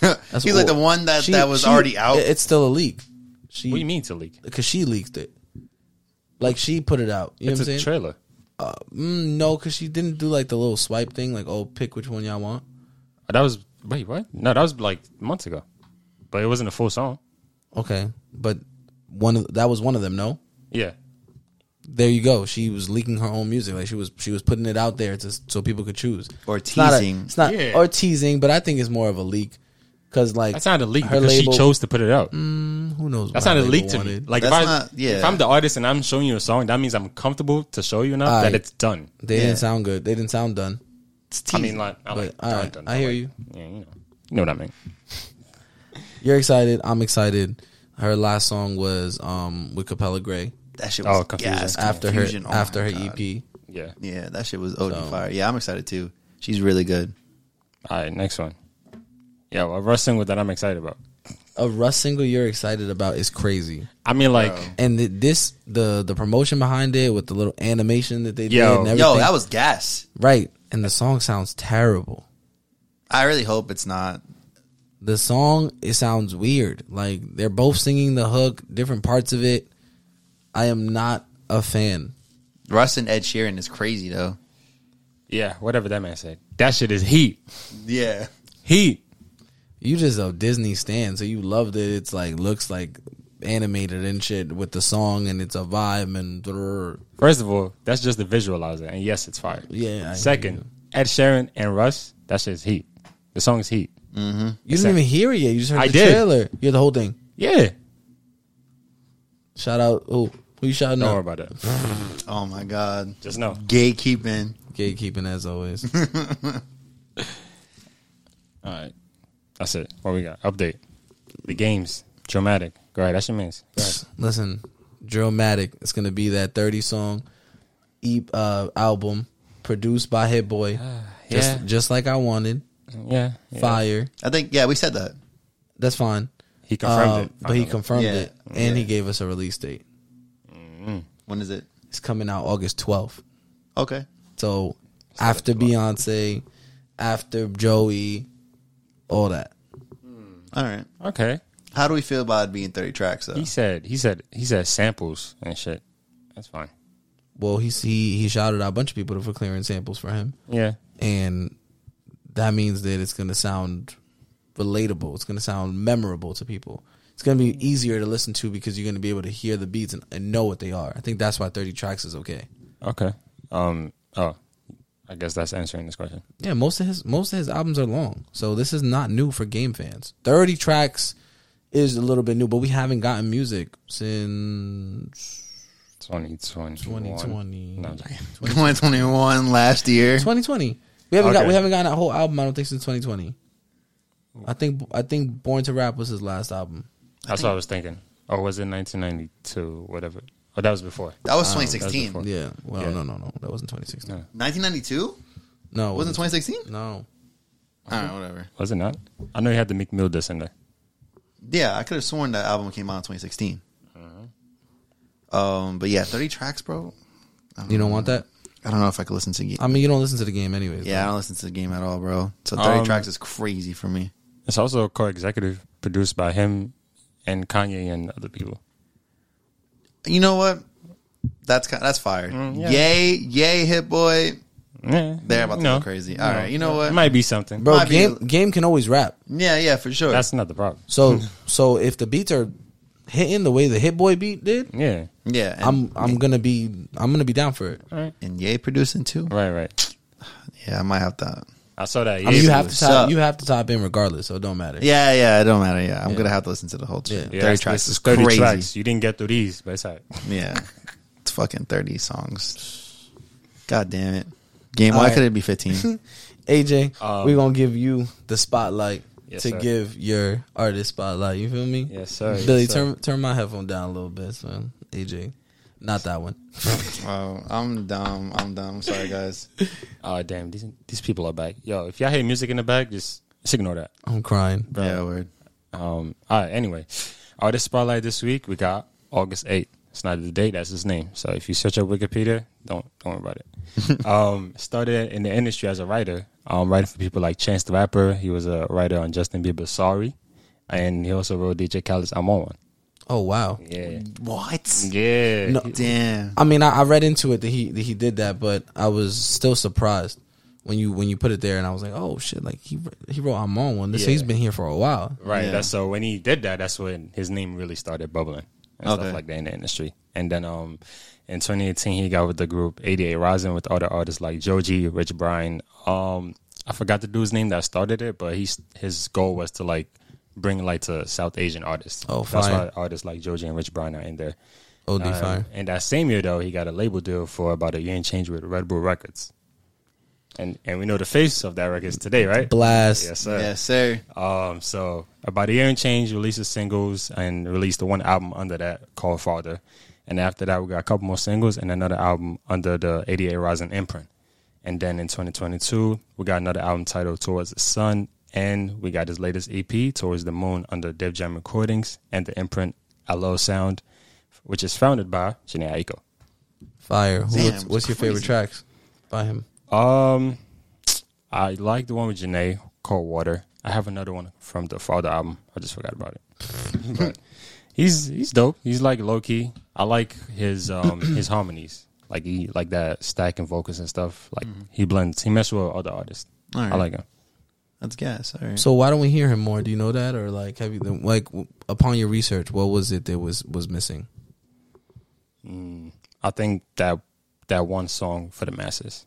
Speaker 3: that's
Speaker 2: He's like the one that
Speaker 3: She-
Speaker 2: that was
Speaker 3: she-
Speaker 2: already out.
Speaker 3: it- It's still a leak. She
Speaker 4: What do you mean to leak?
Speaker 3: because she leaked it. Like she put it out. You
Speaker 4: It's
Speaker 3: know what
Speaker 4: a
Speaker 3: I'm saying?
Speaker 4: trailer. Oh,
Speaker 3: Mm, no, because she didn't do like the little swipe thing. Like, oh, pick which one y'all want.
Speaker 4: That was wait what? No, that was like months ago, but it wasn't a full song.
Speaker 3: Okay, but one of that was one of them. No,
Speaker 4: Yeah,
Speaker 3: there you go. She was leaking her own music. Like she was she was putting it out there to, so people could choose
Speaker 2: Or
Speaker 3: It's not a-
Speaker 2: teasing.
Speaker 3: It's not,
Speaker 4: Yeah.
Speaker 3: or teasing, but I think it's more of a leak because like
Speaker 4: that's not a leak because she chose to put it out.
Speaker 3: Mm. Who knows?
Speaker 4: That's
Speaker 3: what
Speaker 4: not a
Speaker 3: her
Speaker 4: leak
Speaker 3: label
Speaker 4: to me.
Speaker 3: wanted.
Speaker 4: Like if
Speaker 2: That's
Speaker 4: I
Speaker 2: not- yeah.
Speaker 4: if I'm the artist and I'm showing you a song, that means I'm comfortable to show you enough
Speaker 3: Alright.
Speaker 4: that it's done.
Speaker 3: they
Speaker 2: Yeah.
Speaker 3: didn't sound good. They didn't sound done. It's
Speaker 4: I
Speaker 3: teasing.
Speaker 4: mean, like, I
Speaker 3: but,
Speaker 4: like
Speaker 3: all
Speaker 4: done,
Speaker 3: right,
Speaker 4: done,
Speaker 3: I hear
Speaker 4: like-
Speaker 3: you.
Speaker 4: Yeah, you know, you know what I mean.
Speaker 3: You're excited. I'm excited. Her last song was um with Capella Gray
Speaker 2: that shit
Speaker 4: Oh,
Speaker 2: was
Speaker 4: Confusion.
Speaker 2: gas.
Speaker 3: after
Speaker 2: Confusion.
Speaker 3: her
Speaker 2: Oh
Speaker 3: after
Speaker 2: my
Speaker 3: her E
Speaker 2: God.
Speaker 3: EP.
Speaker 4: Yeah.
Speaker 2: Yeah, that shit was OD fire. Yeah, I'm excited too. She's really good.
Speaker 4: All right, next one. Yeah, well, wrestling with that I'm excited about.
Speaker 3: A Russ single you're excited about is crazy,
Speaker 4: I mean, like,
Speaker 3: and th- this the the promotion behind it with the little animation that they
Speaker 4: Yo.
Speaker 3: did and everything.
Speaker 2: Yo, that was gas.
Speaker 3: right, and the song sounds terrible.
Speaker 2: I really hope it's not.
Speaker 3: The song it sounds weird. Like they're both singing the hook, different parts of it. I am not a fan.
Speaker 2: Russ and Ed Sheeran is crazy though.
Speaker 4: yeah, whatever that man said. That shit is heat.
Speaker 2: Yeah.
Speaker 4: Heat.
Speaker 3: You just a Disney stan, so you love that it's like looks like animated and shit with the song and it's a vibe and brrr.
Speaker 4: First of all, that's just the visualizer, and yes, it's fire.
Speaker 3: Yeah, I hear
Speaker 4: Second,
Speaker 3: you.
Speaker 4: Ed Sheeran and Russ, that shit's heat. The song is heat.
Speaker 3: you didn't even hear it yet. You just heard
Speaker 4: I
Speaker 3: the
Speaker 4: did.
Speaker 3: trailer. You heard the whole thing.
Speaker 4: Yeah.
Speaker 3: Shout out who who you shouting
Speaker 4: Don't worry
Speaker 3: out?
Speaker 4: about that.
Speaker 2: Oh my god.
Speaker 4: Just know.
Speaker 2: Gatekeeping.
Speaker 3: Gatekeeping as always.
Speaker 4: All right. That's it. What we got? Update. The games. Dramatic. Go ahead. That's your means. Go ahead.
Speaker 3: Listen, dramatic. It's gonna be that thirty song, e- uh, album produced by Hit Boy. just
Speaker 4: Ah, yeah.
Speaker 3: just like I wanted.
Speaker 4: Yeah. yeah.
Speaker 3: Fire.
Speaker 2: I think yeah, we said that.
Speaker 3: That's fine.
Speaker 4: He confirmed
Speaker 3: Uh,
Speaker 4: it.
Speaker 3: but he
Speaker 4: finally.
Speaker 3: confirmed
Speaker 2: Yeah.
Speaker 3: it, and he gave us a release date.
Speaker 2: When is it?
Speaker 3: It's coming out August twelfth.
Speaker 2: Okay.
Speaker 3: So after Beyonce, after Joey, all that.
Speaker 2: All right.
Speaker 4: Okay.
Speaker 2: How do we feel about it being 30 tracks though?
Speaker 4: He said he said he said samples and shit. That's fine.
Speaker 3: Well, he he he shouted out a bunch of people for clearing samples for him,
Speaker 4: Yeah.
Speaker 3: and that means that it's gonna sound relatable. It's gonna sound memorable to people. It's gonna be easier to listen to because you're gonna be able to hear the beats and, and know what they are. I think that's why 30 tracks is okay.
Speaker 4: Okay. Um oh. I guess that's answering this question.
Speaker 3: Yeah, most of his most of his albums are long, so this is not new for game fans. Thirty tracks is a little bit new, but we haven't gotten music since
Speaker 4: Twenty twenty.
Speaker 3: 2020.
Speaker 4: No, I'm joking.
Speaker 2: 2021 last year.
Speaker 3: 2020. We haven't got
Speaker 4: Okay.
Speaker 3: we haven't gotten a whole album. I don't think since 2020. I think I think Born to Rap was his last album.
Speaker 4: That's what I was thinking. Or was it nineteen ninety two, whatever. Oh, that was before.
Speaker 2: That was
Speaker 4: that
Speaker 2: 2016.
Speaker 4: was
Speaker 3: Yeah. Well,
Speaker 4: Yeah.
Speaker 3: no, no, no, that wasn't 2016.
Speaker 2: 1992?
Speaker 3: No, it
Speaker 2: Wasn't 2016?
Speaker 3: No.
Speaker 2: All right, whatever.
Speaker 4: Was it not? I know you had the Meek Mill diss in there.
Speaker 2: Yeah, I could have sworn that album came out in 2016. Um, but yeah, 30 tracks, bro.
Speaker 3: You don't want that.
Speaker 2: I don't know if I could listen to the game.
Speaker 3: I mean, you don't listen to the game anyways.
Speaker 2: yeah, I
Speaker 3: though.
Speaker 2: don't listen to the game at all, bro. So 30
Speaker 4: Um,
Speaker 2: tracks is crazy for me.
Speaker 4: It's also co-executive produced by him and Kanye and other people.
Speaker 2: You know what? That's ki that's fire.
Speaker 4: Mm, yeah.
Speaker 2: Yay, yay, Hit Boy.
Speaker 4: Yeah,
Speaker 2: They're about to
Speaker 4: you know.
Speaker 2: go crazy. All right, you know
Speaker 4: It
Speaker 2: what?
Speaker 4: might be something.
Speaker 3: Bro,
Speaker 2: Might be-
Speaker 3: game game can always rap.
Speaker 2: yeah, yeah, for sure.
Speaker 4: That's not the problem.
Speaker 3: So so if the beats are hitting the way the Hit Boy beat did,
Speaker 4: Yeah.
Speaker 2: yeah, and,
Speaker 3: I'm I'm gonna be I'm gonna be down for it.
Speaker 2: and yay producing too.
Speaker 4: Right, right.
Speaker 2: Yeah, I might have that.
Speaker 4: I saw that.
Speaker 3: I mean,
Speaker 4: yeah,
Speaker 3: you have to
Speaker 2: what's
Speaker 3: top,
Speaker 2: up?
Speaker 3: you have to top in regardless, so it don't matter.
Speaker 2: Yeah, yeah, it don't matter. Yeah, I'm gonna have to listen to the whole
Speaker 3: Yeah.
Speaker 2: shit.
Speaker 4: yeah,
Speaker 2: Thirty
Speaker 4: it's-
Speaker 2: tracks
Speaker 4: it's
Speaker 2: is
Speaker 4: 30
Speaker 2: crazy.
Speaker 4: tracks. You didn't get through these, but it's all right.
Speaker 2: Yeah, it's fucking thirty songs. God damn it, game.
Speaker 3: All
Speaker 2: Why
Speaker 3: right.
Speaker 2: could it be fifteen?
Speaker 3: AJ,
Speaker 4: Um,
Speaker 3: we're gonna give you the spotlight
Speaker 4: Yes,
Speaker 3: to
Speaker 4: sir.
Speaker 3: give your artist spotlight. You feel me?
Speaker 4: Yes, sir. Yes,
Speaker 3: Billy,
Speaker 4: sir.
Speaker 3: turn turn my headphone down a little bit, son. AJ, not that one.
Speaker 2: oh, I'm dumb. I'm dumb. Sorry, guys.
Speaker 4: Oh, damn. These these people are back. Yo, if y'all hear music in the back, just, just ignore that.
Speaker 3: I'm crying.
Speaker 2: Yeah, word.
Speaker 4: Um, all right, anyway. Artist spotlight this week, we got August 8th. It's not the date, that's his name. So if you search up Wikipedia, don't don't worry about it. um, started in the industry as a writer, um, writing for people like Chance the Rapper. He was a writer on Justin Bieber's Sorry. And he also wrote DJ Khaled's I'm On One.
Speaker 3: Oh wow.
Speaker 4: Yeah.
Speaker 2: What?
Speaker 4: Yeah.
Speaker 3: No.
Speaker 2: Damn.
Speaker 3: I mean, I, I read into it that he that he did that, but I was still surprised when you when you put it there, and I was like, oh shit, like he he wrote I'm on one. This
Speaker 4: Yeah.
Speaker 3: he's been here for a while.
Speaker 4: Right.
Speaker 2: Yeah.
Speaker 4: That's so when he did that, that's when his name really started bubbling and
Speaker 2: Okay.
Speaker 4: stuff like that in the industry. And then um in 2018 he got with the group 88 Rising with other artists like Joji, Rich Brian. Um I forgot the dude's name that started it, but he's his goal was to like bring light to South Asian artists.
Speaker 3: Oh,
Speaker 4: that's
Speaker 3: fire.
Speaker 4: why artists like Joji and Rich Brian are in there.
Speaker 3: Od
Speaker 4: Uh,
Speaker 3: fire.
Speaker 4: And that same year though, he got a label deal for about a year and change with Red Bull Records. And and we know the face of that record is today, right?
Speaker 3: Blast.
Speaker 4: Yes, sir.
Speaker 2: Yes, sir.
Speaker 4: Um, so about a year and change, releases singles and released the one album under that called Father. And after that, we got a couple more singles and another album under the 88 Rising imprint. And then in 2022, we got another album titled Towards the Sun, and we got his latest EP, Towards the Moon, under Dev Jam Recordings and the imprint LO Sound, which is founded by Janae Aiko.
Speaker 3: Fire. Who,
Speaker 2: Damn,
Speaker 3: what's what's your favorite
Speaker 2: crazy.
Speaker 3: tracks by him?
Speaker 4: Um, I like the one with Janae called Water. I have another one from the Father album. I just forgot about it. but he's he's dope. He's like low key. I like his um his harmonies. Like he like that stacking vocals and stuff. Like he blends. He messes with other artists.
Speaker 2: Mm-hmm. All right.
Speaker 4: I like him.
Speaker 2: Let's guess. All right.
Speaker 3: So why don't we hear him more? Do you know that, or like have you like w- upon your research, what was it that was was missing?
Speaker 4: I think that that one song for the masses.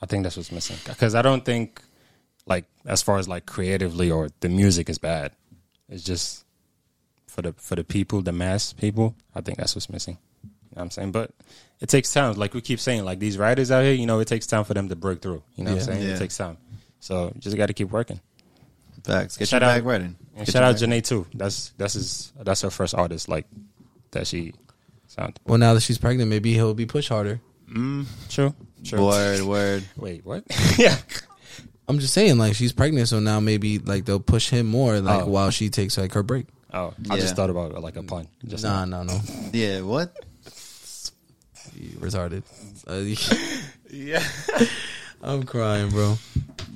Speaker 4: I think that's what's missing because I don't think like as far as like creatively or the music is bad. It's just for the for the people, the mass people. I think that's what's missing. You know what I'm saying, but it takes time. Like we keep saying, like these writers out here, you know, it takes time for them to break through. You know what I'm
Speaker 3: Yeah.
Speaker 4: saying?
Speaker 2: Yeah.
Speaker 4: It takes time. So you just got to keep working.
Speaker 2: Facts. Get
Speaker 4: Shout
Speaker 2: your
Speaker 4: out-
Speaker 2: bag writing.
Speaker 4: And
Speaker 2: Get
Speaker 4: shout
Speaker 2: your
Speaker 4: out
Speaker 2: bag.
Speaker 4: Janae too. That's that's his that's her first artist like that she sound.
Speaker 3: Well, now that she's pregnant, maybe he'll be pushed harder.
Speaker 4: True. True.
Speaker 2: Word, word.
Speaker 4: Wait, what? yeah.
Speaker 3: I'm just saying, like she's pregnant, so now maybe like they'll push him more, like
Speaker 4: Oh.
Speaker 3: while she takes like her break.
Speaker 4: Oh, I
Speaker 2: Yeah.
Speaker 4: just thought about it like a pun. Just
Speaker 3: Nah, no, no,
Speaker 2: Yeah, what?
Speaker 3: You retarded. Uh,
Speaker 4: Yeah.
Speaker 3: I'm crying, bro.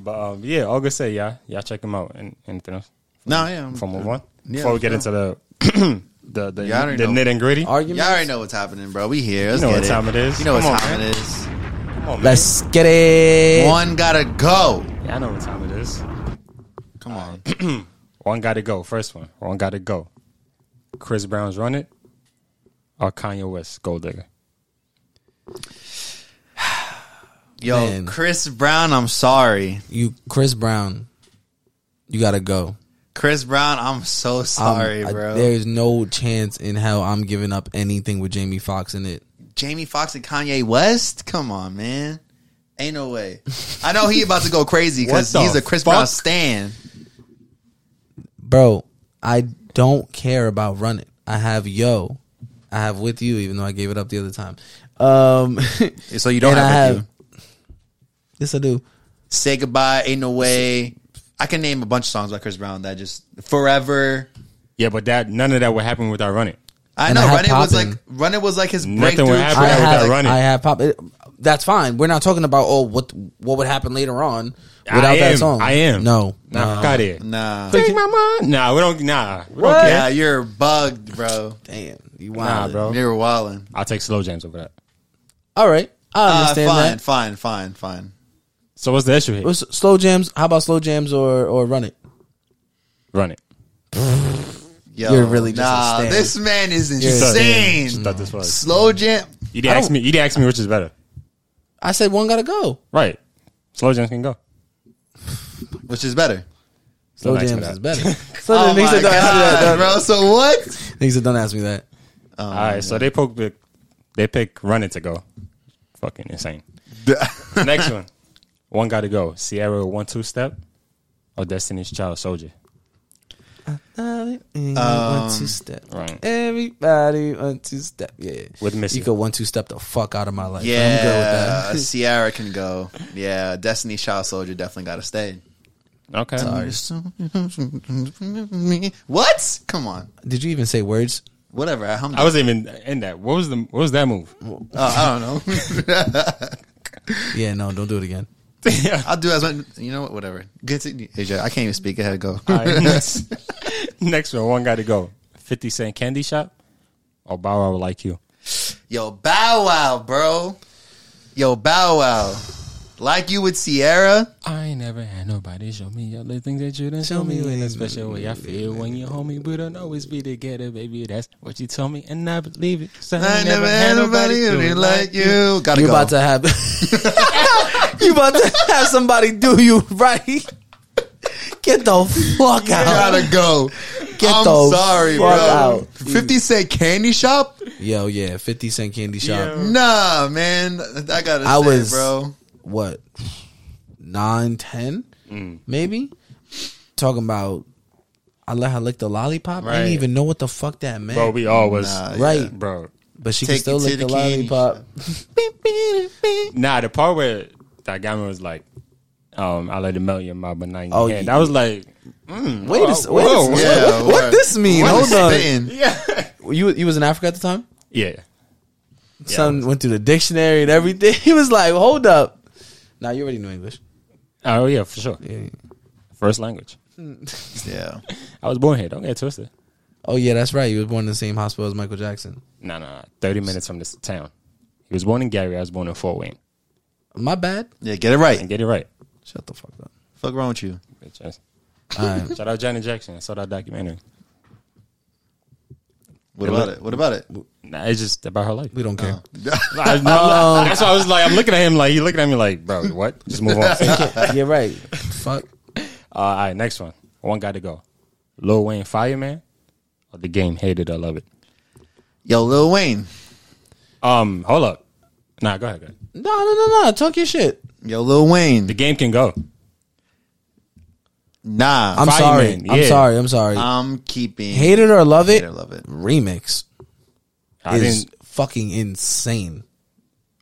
Speaker 4: But um, yeah, August say yeah, y'all check him out and anything else.
Speaker 2: No, yeah. I'm-
Speaker 4: From move on.
Speaker 2: Yeah,
Speaker 4: Before we get
Speaker 2: sure.
Speaker 4: into the the the,
Speaker 2: Yeah, I already
Speaker 4: the
Speaker 2: know.
Speaker 4: nitty and gritty.
Speaker 3: Argument.
Speaker 2: Y'all already know what's happening, bro. We here. Let's
Speaker 4: You know
Speaker 2: get
Speaker 4: what time it is.
Speaker 2: You know what
Speaker 4: Come on,
Speaker 2: time
Speaker 4: man.
Speaker 2: it is.
Speaker 4: Come on, man.
Speaker 3: Let's get it.
Speaker 2: One gotta go.
Speaker 4: Yeah, I know what time it is.
Speaker 2: Come on.
Speaker 4: One got to go. First one. One got to go. Chris Brown's Run It or Kanye West Gold Digger.
Speaker 2: Yo,
Speaker 3: Man.
Speaker 2: Chris Brown, I'm sorry.
Speaker 3: You, Chris Brown. You gotta go.
Speaker 2: Chris Brown, I'm so
Speaker 3: I'm-
Speaker 2: sorry,
Speaker 3: Um, I-
Speaker 2: bro.
Speaker 3: There's no chance in hell I'm giving up anything with Jamie Foxx in it.
Speaker 2: Jamie Foxx and Kanye West? Come on, man. Ain't no way. I know he about to go crazy because
Speaker 4: What the
Speaker 2: he's a Chris
Speaker 4: fuck?
Speaker 2: Brown stan.
Speaker 3: Bro, I don't care about running. I have yo. I have with you, even though I gave it up the other time. Um,
Speaker 2: So you don't
Speaker 3: and
Speaker 2: have,
Speaker 3: I
Speaker 2: with you.
Speaker 3: Yes, I do.
Speaker 2: Say Goodbye, Ain't No Way. I can name a bunch of songs by Chris Brown that just forever.
Speaker 4: Yeah, but that none of that would happen without Run It.
Speaker 2: I
Speaker 3: And
Speaker 2: know
Speaker 3: I had
Speaker 2: Run It was
Speaker 3: Poppin'.
Speaker 2: like Run It was like his
Speaker 4: Nothing
Speaker 2: breakthrough.
Speaker 4: would happen
Speaker 3: I
Speaker 4: Yeah, without
Speaker 3: have,
Speaker 4: Run It.
Speaker 3: I have pop. It, that's fine. We're not talking about oh what what would happen later on without
Speaker 4: I
Speaker 3: that
Speaker 4: am.
Speaker 3: song.
Speaker 4: I am.
Speaker 3: No,
Speaker 4: Nah,
Speaker 3: no.
Speaker 4: got it.
Speaker 2: Nah.
Speaker 4: Take my mind. Nah, we don't. Nah, we don't
Speaker 3: What?
Speaker 4: care.
Speaker 2: Yeah, you're bugged, bro.
Speaker 3: Damn, you
Speaker 4: Nah,
Speaker 3: wild,
Speaker 4: bro.
Speaker 2: You're wildin'.
Speaker 4: I'll take slow jams over that.
Speaker 3: All right, I
Speaker 2: Uh,
Speaker 3: understand
Speaker 2: fine,
Speaker 3: that.
Speaker 2: fine, fine, fine.
Speaker 4: So what's the issue here?
Speaker 3: What's- slow jams. How about slow jams or or run it?
Speaker 4: Run It.
Speaker 2: Yo,
Speaker 3: You're really just a
Speaker 2: nah.
Speaker 3: stan.
Speaker 2: This man is
Speaker 4: Just thought-
Speaker 2: insane.
Speaker 4: just thought this was.
Speaker 2: Slow jam.
Speaker 4: You didn't ask me. You didn't ask me which is better.
Speaker 3: I said one gotta go.
Speaker 4: Right. Slow jams can go.
Speaker 2: Which is better?
Speaker 3: Slow
Speaker 4: Don't ask me
Speaker 3: jams
Speaker 4: that.
Speaker 3: is better. Slow
Speaker 2: Oh
Speaker 3: jams- niggas
Speaker 2: my
Speaker 3: said don't ask me
Speaker 2: god,
Speaker 3: that. Don't-
Speaker 2: bro. So what?
Speaker 3: niggas said don't ask me that.
Speaker 4: All right. So they poke. the- They pick Run It to go. Fucking insane. Next one. One got to go. Sierra one two step or Destiny's Child Soldier.
Speaker 3: one two step.
Speaker 4: Um, Right.
Speaker 3: Everybody one two step. Yeah.
Speaker 4: With Missy.
Speaker 3: You could one two step the fuck out of my life.
Speaker 2: Yeah,
Speaker 3: I'm good with that.
Speaker 2: Sierra can go. Yeah, Destiny Child Soldier definitely got to stay.
Speaker 4: Okay.
Speaker 2: What? Come on.
Speaker 3: Did you even say words?
Speaker 2: Whatever. I, hummed
Speaker 4: I wasn't even in that. What was the what was that move?
Speaker 2: it. Uh, I don't know.
Speaker 3: Yeah, no, don't do it again.
Speaker 2: I'll do as much. You know what? Whatever. Get to Asia. I can't even speak. Go ahead. Go.
Speaker 4: All right, next, next one, one got to go. Fifty Cent Candy Shop or Bow Wow Like You.
Speaker 2: Yo, Bow Wow, bro. Yo, Bow Wow. Like you with Sierra.
Speaker 4: I ain't never had nobody show me other things that you done show me in a special way. I feel when you're homie, we don't always be together, baby. That's what you told me, and I believe it. So
Speaker 2: I never had nobody who did like you. Gotta
Speaker 3: You
Speaker 2: go.
Speaker 3: about to have You about to have somebody do you right. Get the fuck out.
Speaker 2: gotta go.
Speaker 3: Get
Speaker 2: I'm
Speaker 3: the
Speaker 2: sorry,
Speaker 3: fuck
Speaker 2: bro.
Speaker 3: out.
Speaker 2: 50 Cent candy shop?
Speaker 3: Yo, yeah, fifty cent candy shop.
Speaker 4: Yeah.
Speaker 2: Nah, man. I gotta
Speaker 3: I
Speaker 2: say,
Speaker 3: was-
Speaker 2: bro.
Speaker 3: what nine ten maybe talking about I let her lick the lollipop. I
Speaker 4: Right.
Speaker 3: didn't even know what the fuck that meant.
Speaker 4: Bro, we all was
Speaker 2: Nah,
Speaker 3: right,
Speaker 4: bro.
Speaker 3: but she
Speaker 2: Take
Speaker 3: can
Speaker 2: you to
Speaker 3: still lick
Speaker 2: the
Speaker 3: the,
Speaker 2: candy
Speaker 3: lollipop.
Speaker 4: Nah, the part where that guy was like, um, "I let it melt your mouth, but not in your
Speaker 3: Oh,
Speaker 4: hand."
Speaker 3: yeah.
Speaker 4: That was like,
Speaker 3: Wait a s- wait a
Speaker 4: Whoa.
Speaker 3: s-
Speaker 2: Yeah,
Speaker 3: what- what,
Speaker 2: word.
Speaker 3: this mean?
Speaker 2: What
Speaker 3: Hold
Speaker 2: a
Speaker 3: on,
Speaker 2: spin.
Speaker 4: yeah,
Speaker 3: you you was in Africa at the time.
Speaker 4: yeah.
Speaker 3: Son went through the dictionary and everything. He was like, "Hold up, now you already know English."
Speaker 4: Oh yeah, for sure.
Speaker 3: Yeah.
Speaker 4: First language.
Speaker 2: Yeah.
Speaker 4: I was born here. Don't get it twisted.
Speaker 3: Oh yeah, that's right. He was born in the same hospital as Michael Jackson.
Speaker 4: No, no, no. 30 minutes from this town. He was born in Gary. I was born in Fort Wayne.
Speaker 3: My bad.
Speaker 2: Yeah, get it
Speaker 4: And
Speaker 2: right.
Speaker 4: get it right.
Speaker 3: Shut the fuck up.
Speaker 2: Fuck wrong with you?
Speaker 4: Bitch ass.
Speaker 3: All right,
Speaker 4: Shout out Janet Jackson. I saw that documentary.
Speaker 2: What about it? What about it?
Speaker 4: Nah, it's just about her life.
Speaker 3: we don't care.
Speaker 4: I- I- that's why I was like, I'm looking at him like, he looking at me like, bro, what? Just move on. uh,
Speaker 3: yeah, right. Fuck.
Speaker 4: all right, next one. One got to go. Lil Wayne Fireman or The Game Hated I Love It?
Speaker 2: Yo, Lil Wayne.
Speaker 4: Um, Hold up. Nah, go ahead, go ahead.
Speaker 3: No, no, no, no. Talk your shit.
Speaker 2: Yo, Lil Wayne.
Speaker 4: The game can go.
Speaker 2: Nah. I'm,
Speaker 3: I'm
Speaker 4: Fireman,
Speaker 3: sorry. I'm
Speaker 4: yeah. Um,
Speaker 3: sorry. I'm sorry.
Speaker 2: keeping.
Speaker 3: Hate it or love
Speaker 2: Hate
Speaker 3: it,
Speaker 2: it, love it.
Speaker 3: remix
Speaker 4: I
Speaker 3: is
Speaker 4: didn't
Speaker 3: fucking insane.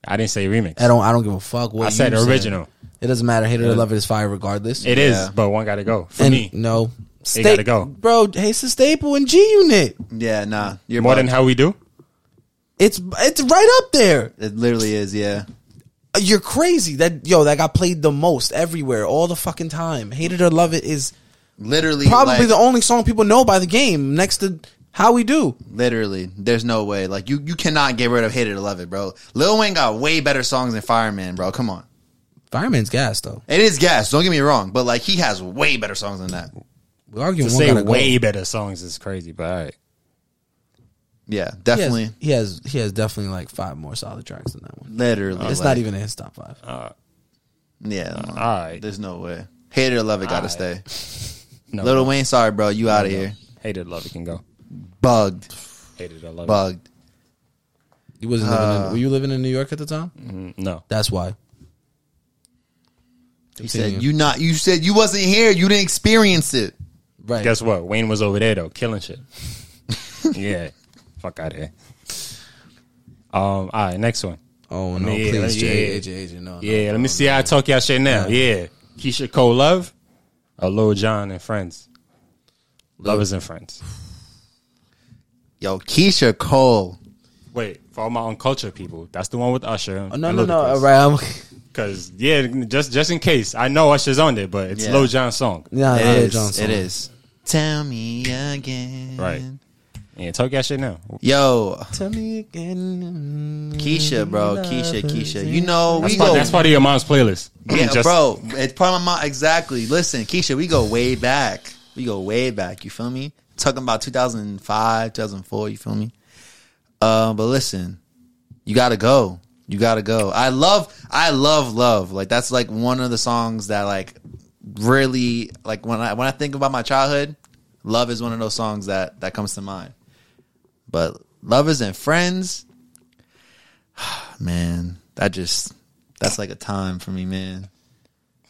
Speaker 4: I didn't say remix.
Speaker 3: I don't. I don't give a fuck what
Speaker 4: I said
Speaker 3: you
Speaker 4: original.
Speaker 3: It doesn't matter. Hate it or love it is fire regardless.
Speaker 4: It is,
Speaker 2: Yeah.
Speaker 4: but one got to go. For
Speaker 3: and
Speaker 4: me.
Speaker 3: no, Sta-
Speaker 4: gotta go.
Speaker 3: bro. Hate's a staple in G Unit.
Speaker 2: Yeah, nah. You're
Speaker 4: More
Speaker 2: bugged.
Speaker 4: than how we do?
Speaker 3: It's it's right up there.
Speaker 2: It literally is, yeah.
Speaker 3: You're crazy. That yo that got played the most everywhere, all the fucking time. Hate it or love it is
Speaker 2: Literally,
Speaker 3: Probably
Speaker 2: like,
Speaker 3: the only song people know by the game next to How We Do.
Speaker 2: Literally, there's no way. Like you, you cannot get rid of "Hate It or Love It," bro. Lil Wayne got way better songs than Fireman, bro. Come on,
Speaker 3: Fireman's gas though.
Speaker 2: it is gas. Don't get me wrong, but like he has way better songs than that.
Speaker 3: We're arguing
Speaker 4: To
Speaker 3: one
Speaker 4: say
Speaker 3: gotta go.
Speaker 4: way better songs is crazy, but all right.
Speaker 2: Yeah,
Speaker 3: He has-
Speaker 2: definitely.
Speaker 3: He has, he has definitely like five more solid tracks than that one.
Speaker 2: Literally,
Speaker 3: It's
Speaker 2: Oh, like- uh,
Speaker 3: not even in his top five.
Speaker 2: Yeah, no,
Speaker 4: alright.
Speaker 2: There's no way. Hate it or love it, gotta stay.
Speaker 4: No,
Speaker 2: Little Wayne, sorry, bro, you out of here.
Speaker 4: hated love it can go.
Speaker 2: Bugged,
Speaker 4: Hated I love
Speaker 2: bugged.
Speaker 3: You wasn't
Speaker 2: uh,
Speaker 3: living in, were you living in New York at the time?
Speaker 4: it. Mm, No,
Speaker 3: That's why.
Speaker 2: You said you not. You said you wasn't here. You didn't experience it.
Speaker 3: right.
Speaker 4: guess what? Wayne was over there though, killing shit. yeah, fuck out of here. Um, all right, next one.
Speaker 3: oh no,
Speaker 4: Yeah,
Speaker 3: please,
Speaker 4: yeah.
Speaker 3: Jay, AJ, AJ, no, no.
Speaker 4: Yeah, let me see how I talk y'all shit now. Yeah, Keisha Cole Love, or Lil John and Friends. Lovers and Friends.
Speaker 2: Yo, Keisha Cole.
Speaker 4: Wait, for all my uncultured people, that's the one with Usher.
Speaker 3: Oh, no, no, no. All right, I'm,
Speaker 4: Because yeah, just just in case, I know Usher's on there, but it's
Speaker 2: Yeah.
Speaker 4: Lil John's song.
Speaker 3: no,
Speaker 2: It
Speaker 3: Lil
Speaker 2: is.
Speaker 3: John's
Speaker 2: It
Speaker 3: song.
Speaker 2: is. Tell me again.
Speaker 4: Right. Yeah, talk y'all shit now.
Speaker 2: Yo,
Speaker 3: Tell me again.
Speaker 2: Keisha, bro, Keisha, Keisha. You know
Speaker 4: That's
Speaker 2: we
Speaker 4: part,
Speaker 2: go.
Speaker 4: that's part of your mom's playlist.
Speaker 2: Yeah,
Speaker 4: Just-
Speaker 2: bro. It's part of my exactly. Listen, Keisha, we go way back. We go way back. You feel me? Talking about 2005, 2004. You feel me? Uh, but listen, you gotta go. You gotta go. I love, I love, love. Like that's like one of the songs that like really like when I when I think about my childhood, love is one of those songs that that comes to mind. But lovers and friends, man, that just that's like a time for me, man.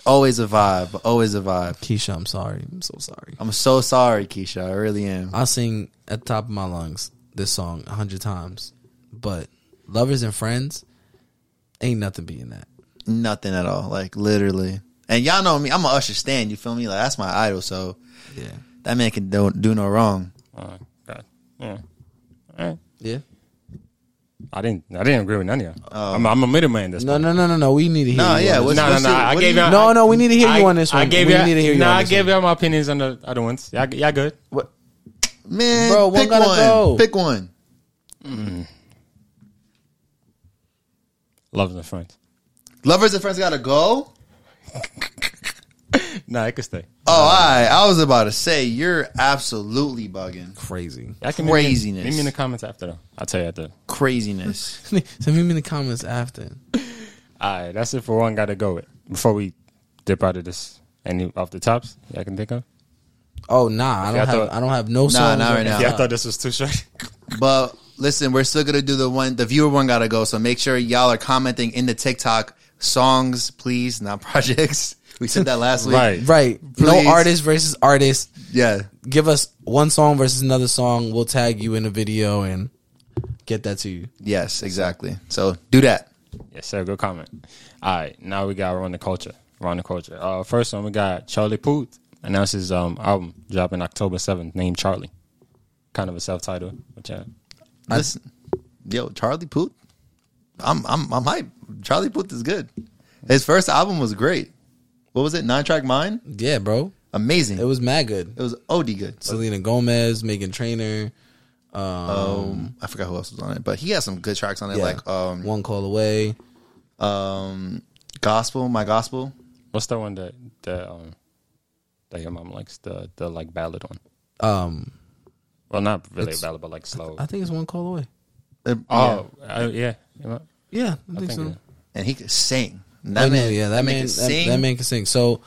Speaker 2: Always a vibe. Always a vibe.
Speaker 3: Keisha, I'm sorry. I'm so sorry.
Speaker 2: I'm so sorry, Keisha. I really am.
Speaker 3: I'll sing at the top of my lungs this song a hundred times, but lovers and friends ain't nothing being that.
Speaker 2: Nothing at all. Like literally. And y'all know me. I'm a Usher Stan. You feel me? Like that's my idol. So
Speaker 3: Yeah.
Speaker 2: that man can do, do no wrong.
Speaker 4: Oh God. Yeah. All right.
Speaker 3: Yeah.
Speaker 4: I didn't. I didn't agree with none of y'all. I'm, I'm a middleman. This
Speaker 3: No,
Speaker 4: no,
Speaker 3: no, no, no, no. We need to hear.
Speaker 2: No,
Speaker 3: you
Speaker 2: yeah,
Speaker 3: on
Speaker 2: what's-
Speaker 3: this.
Speaker 4: no, no,
Speaker 2: what's
Speaker 4: no.
Speaker 2: it- what
Speaker 4: I
Speaker 2: do
Speaker 4: gave
Speaker 2: you-
Speaker 4: y'all.
Speaker 3: No, no, we need to hear
Speaker 4: I,
Speaker 3: you on this
Speaker 4: I
Speaker 3: one.
Speaker 4: gave
Speaker 3: We
Speaker 4: y'all.
Speaker 3: need to hear you
Speaker 4: nah,
Speaker 3: on
Speaker 4: I
Speaker 3: this
Speaker 4: gave
Speaker 3: one.
Speaker 4: y'all my opinions on the other ones. Y'all, y'all good.
Speaker 3: What?
Speaker 2: Man,
Speaker 3: Bro, one
Speaker 2: pick
Speaker 3: gotta
Speaker 2: one.
Speaker 3: go.
Speaker 2: Pick one.
Speaker 4: Love and friends.
Speaker 2: Lovers and friends gotta go.
Speaker 4: Nah, I could stay.
Speaker 2: Oh, I I was about to say you're absolutely bugging
Speaker 3: Crazy.
Speaker 4: Y'all can meet me-
Speaker 2: Craziness.
Speaker 4: Meet me in the comments after though. I'll tell you after.
Speaker 2: craziness.
Speaker 3: so meet me in the comments after.
Speaker 4: All right, that's it for one. Got to go with before we dip out of this. Any off the tops y'all can think of?
Speaker 3: Oh nah, I
Speaker 4: Yeah, I
Speaker 3: don't have
Speaker 4: thought-
Speaker 3: I don't have no songs.
Speaker 2: not right now.
Speaker 4: Yeah, I thought this was too short.
Speaker 2: But listen, we're still gonna do the one. The viewer one gotta go. So make sure y'all are commenting in the TikTok songs, please, not projects. We said that last week.
Speaker 4: Right.
Speaker 3: Right.
Speaker 2: Please.
Speaker 3: No artist versus artist.
Speaker 2: Yeah.
Speaker 3: Give us one song versus another song. We'll tag you in a video and get that to you.
Speaker 2: Yes. Exactly. So do that.
Speaker 4: Yes, sir. Good comment. All right, now we got Run the Culture. Run the Culture. Uh, first one, we got Charlie Puth announces um album dropping October 7th named Charlie. Kind of a self title, which I,
Speaker 2: Listen, yo, Charlie Puth. I'm I'm I'm hype. Charlie Puth is good. His first album was great. What was it? Nine track mine.
Speaker 3: Yeah, bro.
Speaker 2: Amazing.
Speaker 3: It was mad good.
Speaker 2: It was od good.
Speaker 3: Selena Gomez, Megan Trainer,
Speaker 2: Um, I forgot who else was on it, but he has some good tracks on it, like um,
Speaker 3: One Call Away.
Speaker 2: um, gospel, my gospel.
Speaker 4: what's that one that that um that your mom likes the the like ballad one?
Speaker 3: Um
Speaker 4: Well, not really
Speaker 3: It's-
Speaker 4: a ballad, but like slow.
Speaker 3: I think it's One Call Away.
Speaker 2: Uh,
Speaker 4: oh, yeah. Uh, yeah. You know,
Speaker 3: Yeah, I
Speaker 4: I
Speaker 3: think
Speaker 4: think
Speaker 3: so.
Speaker 4: that-
Speaker 2: and he could sing. And
Speaker 3: I know, yeah, that, man,
Speaker 2: could
Speaker 3: that, that man can sing. So